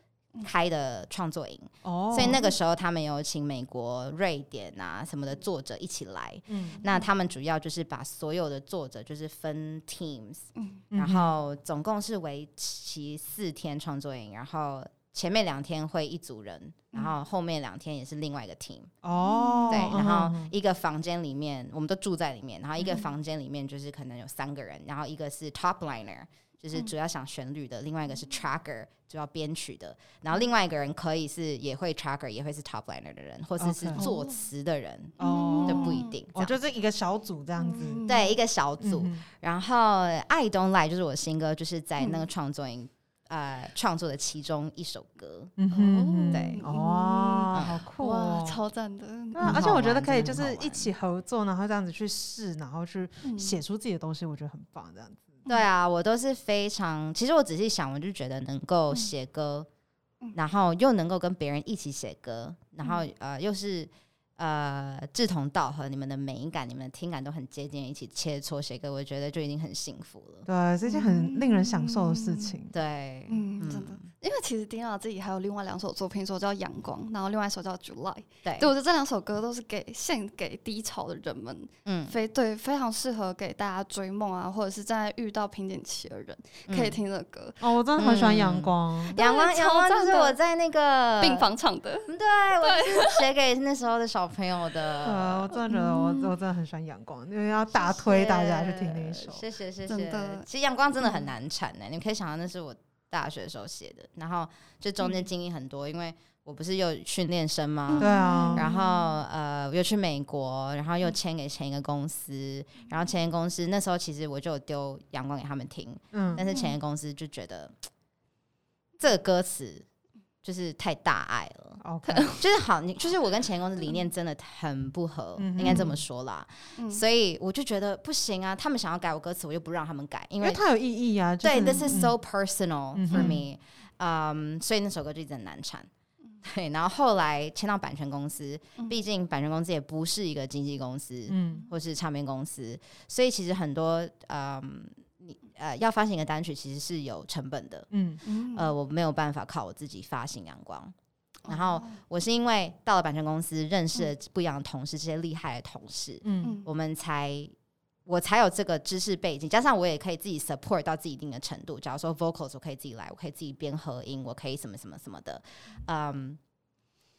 C: 开的创作营，
A: 嗯哦，
C: 所以那个时候他们有请美国、瑞典啊什么的作者一起来，
A: 嗯，
C: 那他们主要就是把所有的作者就是分 teams，、
B: 嗯
C: 然后总共是为期四天创作营，然后前面两天会一组人，然后后面两天也是另外一个 team，、
A: 嗯哦，
C: 对，然后
A: 嗯
C: 一个房间里面我们都住在里面，然后一个房间里面就是可能有三个人，然后一个是 top liner。就是
A: 嗯
C: 主要想旋律的，另外一个是 tracker 主要编曲的，然后另外一个人可以是也会 tracker 也会是 top liner 的人，或者是
A: OK
C: 作词的人，
A: 哦
C: 这不一定。
A: 哦，
C: 这样
A: 就是一个小组这样子，
B: 嗯
C: 对，一个小组。
A: 嗯
C: 然后《I Don't Lie》就是我新歌，就是在那个
B: 嗯
C: 创作营、呃创作的其中一首歌。
A: 嗯
B: 哼
C: 对
A: 哦，好酷
B: 哇，
A: 哦！
B: 超赞的，
A: 对啊
C: 很
A: 而且
C: 好
A: 我觉得
C: 玩
A: 可以就
C: 真的很
A: 是
C: 好
A: 一起合作，然后这样子去试，然后去
B: 嗯
A: 写出自己的东西，我觉得很棒。这样子，
C: 对啊，我都是非常，其实我仔细想，我就觉得能够写歌，
B: 嗯
C: 然后又能够跟别人一起写歌，然后、呃又是。呃，志同道合，你们的美感、你们的听感都很接近，一起切磋写歌，我觉得就已经很幸福了。
A: 对，是一件很令人享受的事情。
C: 对，
B: 嗯，真的，因为其实丁娜自己还有另外两首作品，一首叫《阳光》，然后另外一首叫《July》。
C: 对
B: 对，我觉得这两首歌都是给献给低潮的人们，
C: 嗯，
B: 非对非常适合给大家追梦啊，或者是在遇到瓶颈期的人可以
C: 嗯。
B: 听的歌。
A: 哦，我真的很喜欢阳
C: 嗯
A: 光，
C: 阳光，
B: 对
C: 阳
B: 超
C: 光就
B: 赞
C: 是
B: 的
C: 我在那个
B: 病房唱的，
C: 对，我就是写给那时候的小朋 友
A: 呃，我
C: 的。
A: 真的觉得我我真的很喜欢阳光，因为要大推大家去听那一首。
C: 谢谢谢
B: 真
C: 谢
B: 的。
C: 其实阳光真的很难产呢、你可以想象那是我大学的时候写的，然后就中间经历很多，因为我不是有训练生吗？
A: 对啊
C: 然后呃，我又去美国，然后又签给前一个公司，
A: 嗯
C: 然后前一个公司那时候其实我就有丢阳光给他们听，
A: 嗯
C: 但是前一个公司就觉得这个歌词就是太大爱了，
A: ，OK，
C: 就是好，你就是我跟前公司理念真的很不合，
A: 嗯哼
C: 应该这么说啦。
B: 嗯，
C: 所以我就觉得不行啊，他们想要改我歌词，我就不让他们改，因
A: 因
C: 为
A: 为它有意义啊。就
C: 对
A: 是
C: ，this is
A: 嗯
C: so personal
A: 嗯
C: for
A: 哼
C: me，嗯，所以那首歌就一直很难产。对，然后后来签到版权公司，
B: 嗯
C: 毕竟版权公司也不是一个经纪公司
A: 嗯
C: 或是唱片公司，所以其实很多嗯，你呃要发行一个单曲其实是有成本的，
A: 嗯
B: 嗯
C: 呃，我没有办法靠我自己发行阳光。然后
B: 哦
C: 我是因为到了版权公司，认识了不一样的同事，这些厉害的同事，
A: 嗯
B: 嗯
C: 我们才我才有这个知识背景，加上我也可以自己 support 到自己一定的程度。假如说 vocals 我可以自己来，我可以自己编合音，我可以什么什么什么的，嗯，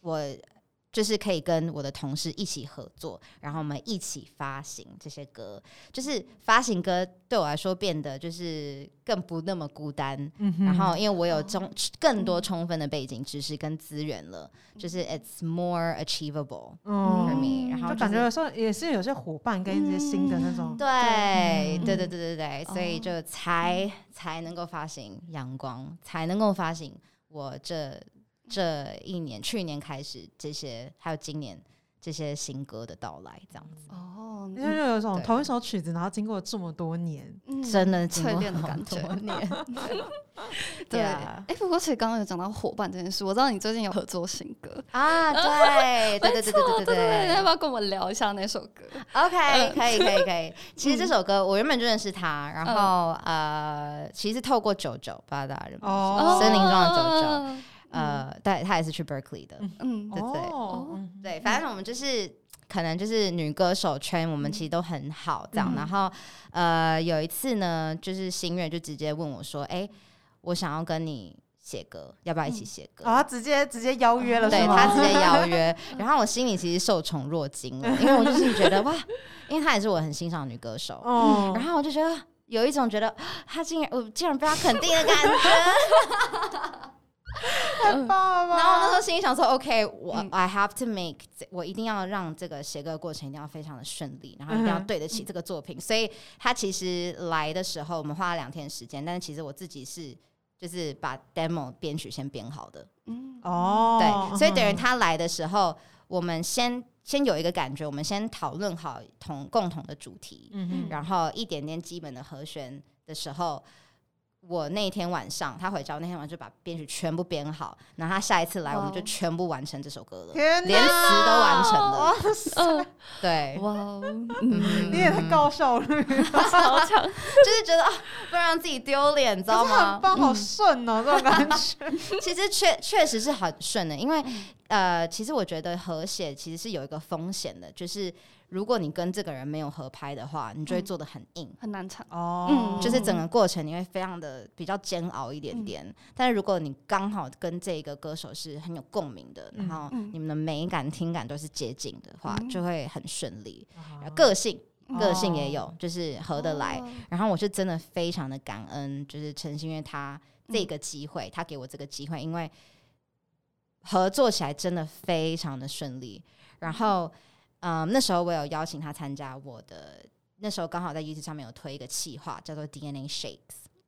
C: 我。就是可以跟我的同事一起合作，然后我们一起发行这些歌。就是发行歌对我来说变得就是更不那么孤单，
A: 嗯哼
C: 然后因为我有
B: 哦
C: 充更多充分的背景知识跟资源了，就是 it's more achievable for
A: 嗯，
C: me，然后
A: 就
C: 就
A: 感觉
C: 是
A: 有时候也是嗯有些伙伴跟一些新的那种，
C: 对
B: 嗯
C: 对对对对对，所以就才才能够发行阳光，才能够发行我这这一年去年开始这些，还有今年这些新歌的到来，这样子
B: 哦，
A: 因为就有一种
C: 对
A: 同一首曲子，然后经过这么多年，
B: 嗯
C: 真的经
B: 淬
C: 过
B: 炼的
C: 好
B: 感觉
C: 多。年，
B: 对，哎
C: Yeah、
B: 不过其实刚刚有讲到伙伴这件事，我知道你最近有合作新歌，
C: 啊，对对对对对
B: 对
C: 对
B: 对，要
C: 对
B: 不要跟我们聊一下那首歌？
C: ，OK，
B: 嗯
C: 可以可以可以。其实这首歌我原本就认识他，然后呃，其实透过九九，不知道大家认不认
A: 哦
C: 识森林中的九九，
B: 九，
C: 呃，但他也是去 Berkeley 的，
B: 嗯
C: 对对
A: 哦
B: 哦
A: 嗯
C: 对，反正我们就是可能就是女歌手圈，我们其实都很好这样。
A: 嗯
C: 然后呃，有一次呢，就是心愿就直接问我说：“哎、我想要跟你写歌，要不要一起写歌？”
A: 啊，直接直接邀约了，
C: 对
A: 是吗
C: 他直接 邀约，然后我心里其实受宠若惊了，因为我就是觉得哇，因为她也是我很欣赏的女歌手，
A: 哦
C: 然后我就觉得有一种觉得她竟然我竟然被她肯定的感觉，
A: 太棒了啊吧，
C: 然后我那时候心里想说，OK，我、
B: 嗯
C: I have to make，这我一定要让这个写歌过程一定要非常的顺利，然后一定要
A: 嗯哼
C: 对得起这个作品。所以他其实来的时候，我们花了两天时间，但是其实我自己是就是把 demo 编曲先编好的，
B: 嗯，
A: 哦，
C: 对，所以等于他来的时候，我们先先有一个感觉，我们先讨论好同共同的主题，
A: 嗯哼，
C: 然后一点点基本的和弦的时候，我那天晚上他回家，我那天晚上就把编曲全部编好，然后他下一次来，
B: 哇
C: 我
B: 哦
C: 们就全部完成这首歌 了，
A: 天哪
C: 连词都完成了。
A: 哇塞，
B: 嗯
C: 对，
B: 哇哦，
C: 嗯
B: 嗯，
C: 哼
A: 你也太高效率，
C: 嗯
B: 超强，
C: 就是觉得啊，不要让自己丢脸，你知道
A: 可是 很
C: 吗？
A: 棒，好顺哦，这种 感觉，
C: 其实确确实是很顺的，因为呃，其实我觉得和谐其实是有一个风险的，就是如果你跟这个人没有合拍的话，你就会
B: 嗯
C: 做的很硬。
B: 很难唱，
A: 哦，
C: 嗯
A: 嗯
C: 就是整个过程你会非常的比较煎熬一点点。但是如果你刚好跟这个歌手是很有共鸣的，
A: 嗯
C: 然后
B: 嗯
C: 你们的美感、听感都是接近的话，
B: 嗯
C: 就会很顺利。然后
A: 个
C: 个性，
B: 嗯
C: 个性也
A: 哦
C: 有，就是合得来。
B: 哦，
C: 然后我是真的非常的感恩，就是陈星月他这个机会，他给我这个机会，因为合作起来真的非常的顺利。然后，嗯，那时候我有邀请他参加我的，那时候刚好在 YouTube 上面有推一个企划，叫做 DNA Shakes。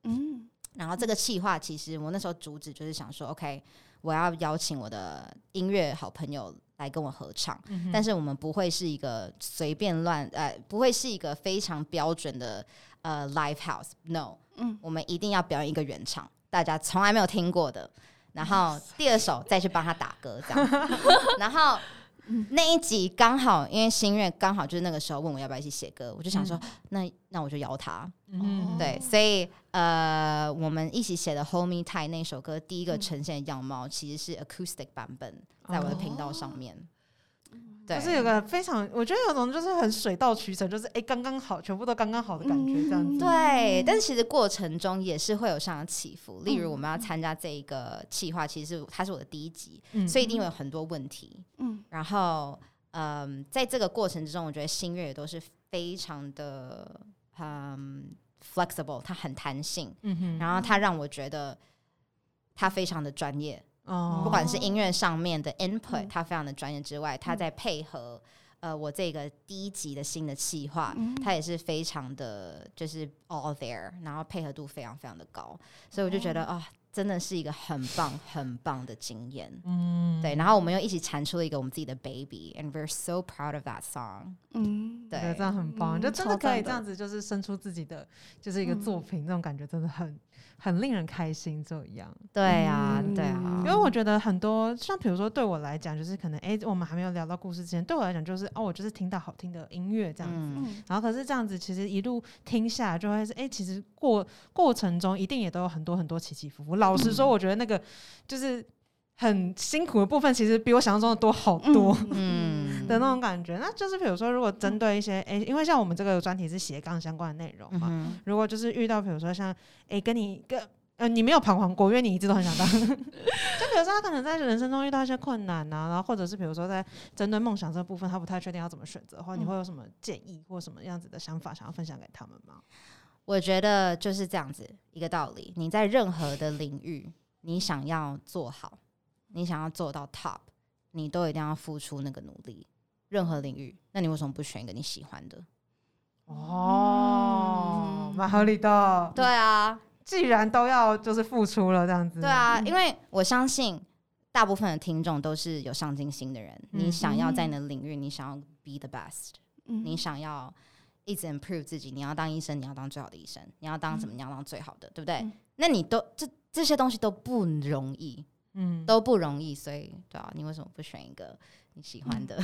B: 嗯
C: 然后这个企划其实我那时候主旨就是想说，OK，我要邀请我的音乐好朋友来跟我合唱。
A: 嗯
C: 但是我们不会是一个随便乱呃，不会是一个非常标准的呃 live house。No，
B: 嗯，
C: 我们一定要表演一个原唱，大家从来没有听过的。然后第二首再去帮他打歌，这样 子。然后那一集刚好，因为新月刚好就是那个时候问我要不要一起写歌，我就想说，那那我就邀他。
A: 嗯
C: 对，
B: 哦
C: 所以呃，我们一起写的《Hold Me Tight》那首歌，第一个
B: 嗯
C: 呈现的样貌其实是 acoustic 版本，在我的频道上面。对，
A: 哦就是有个非常，我觉得有种就是很水到渠成，就是哎刚刚好，全部都刚刚好的感觉，这样子。
C: 对，
B: 嗯
C: 但是其实过程中也是会有上下起伏。例如，
B: 嗯
C: 我们要参加这一个企划，其实它是我的第一集，
A: 嗯
C: 所以一定会有很多问题。
B: 嗯
C: 然后，嗯，在这个过程之中，我觉得新月也都是非常的嗯 flexible，它很弹性，
A: 嗯哼
C: 然后它让我觉得它非常的专业。
A: 哦
C: 不管是音乐上面的 input，、
B: 嗯
C: 他非常的专业之外，他在配合呃我这个第一集的新的企划，
B: 嗯
C: 他也是非常的就是 all there，然后配合度非常非常的高，所以我就觉得啊、真的是一个很棒很棒的经验。
A: 嗯
C: 对，然后我们又一起产出了一个我们自己的 baby，and we're so proud of that song。
B: 嗯，
A: 我
C: 对
A: 觉得这样很棒，
B: 嗯
A: 就真的
B: 超赞
A: 可以这
B: 的
A: 样子，就是生出自己的就是一个
B: 嗯
A: 作品，那种感觉真的很很令人开心。这样，
C: 对啊，
B: 嗯
C: 对啊
A: 因，为我觉得很多像比如说对我来讲，就是可能哎，我们还没有聊到故事之前，对我来讲就是哦，我就是听到好听的音乐这样子。
C: 嗯，
B: 嗯
A: 然后可是这样子，其实一路听下来就会是，哎、其实过过程中一定也都有很多很多起起伏伏。老实说，
C: 嗯
A: 我觉得那个就是很辛苦的部分，其实比我想象中的多好
B: 嗯
A: 多。
C: 嗯
A: 的那种感觉，那就是比如说，如果针对一些哎、因为像我们这个专题是斜杠相关的内容
C: 嗯
A: 嘛，
C: 哼
A: 如果就是遇到比如说像哎、跟你跟哎、呃，你没有彷徨过，因为你一直都很想当。 就比如说，他可能在人生中遇到一些困难啊，然后或者是比如说在针对梦想这部分，他不太确定要怎么选择的
C: 嗯
A: 话，你会有什么建议或什么样子的想法想要分享给他们吗？
C: 我觉得就是这样子一个道理。你在任何的领域，你想要做好，你想要做到 top，你都一定要付出那个努力。任何领域，那你为什么不选一个你喜欢的？
A: 哦，蛮合理的。
C: 对啊，
A: 既然都要就是付出了这样子，
C: 对啊，
B: 嗯
C: 因为我相信大部分的听众都是有上进心的人。
A: 嗯
C: 你想要在你的领域，你想要 be the best，
B: 嗯
C: 你想要一直 improve 自己，你要当医生，你要当最好的医生，你要当什么？你要当最好的，对不对
B: 嗯？
C: 那你都这这些东西都不容易，
A: 嗯，
C: 都不容易，所以对啊，你为什么不选一个你喜欢
B: 嗯
C: 的？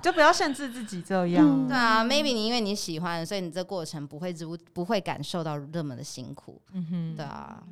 A: 就不要限制自己这样。
B: 嗯
C: 对啊，maybe 你因为你喜欢，所以你这过程不会不不会感受到那么的辛苦，
A: 嗯哼
C: 对啊，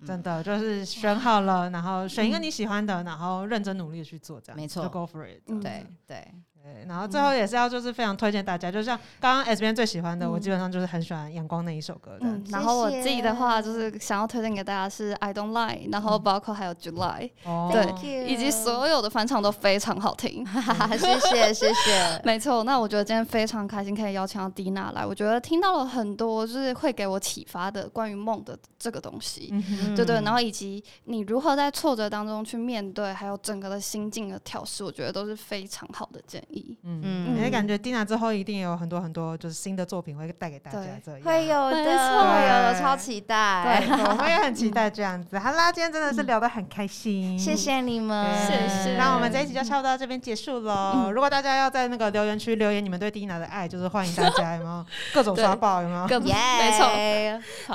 C: 嗯
A: 真的就是选好了，然后选一个你喜欢的，然后认真努力地去做，这样
C: 没错
A: 就 go for it。
B: 嗯
C: 对对，
A: 对，然后最后也是要就是非常推荐大家，就像刚刚 S 边最喜欢的，
B: 嗯
A: 我基本上就是很喜欢《阳光》那一首歌的。
B: 嗯，然
C: 谢
B: 后我
C: 谢
B: 自己的话就是想要推荐给大家是 I Don't Lie，然
C: 嗯
B: 后包括还有 July，、
A: 哦
B: 对以及所有的翻唱都非常好听。
C: 嗯 谢谢谢 谢，
B: 没错，那我觉得今天非常开心可以邀请到蒂娜来，我觉得听到了很多就是会给我启发的关于梦的这个东西。
A: 嗯哼
B: 对对，然
C: 后
B: 后以及你如何在挫折当中去面对，还有整个的心境的调试，我觉得都是非常好的建议。
A: 嗯，
C: 嗯
A: 也感觉 Dina 之后一定有很多很多就是新的作品会带给大家
B: 对，
A: 这样
C: 会。有的，
B: 没
C: 会
B: 错
C: 有，我超期待，
A: 对，我们也很期待这样子。好啦，今天真的是聊得很开心，
C: 嗯谢谢你们，
A: 对
B: 谢谢
A: 那我们这一集就差不多到这边结束喽。如果大家要在那个留言区留言你们对 Dina 的爱，就是欢迎大家，有没 有？各种刷爆，有没有？
B: 更
C: 耶，
B: 没错，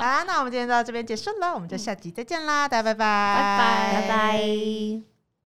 A: 好啦，那我们今天就到这边结束了，我们就下集再见啦，大家拜拜，
B: 拜
C: 拜拜。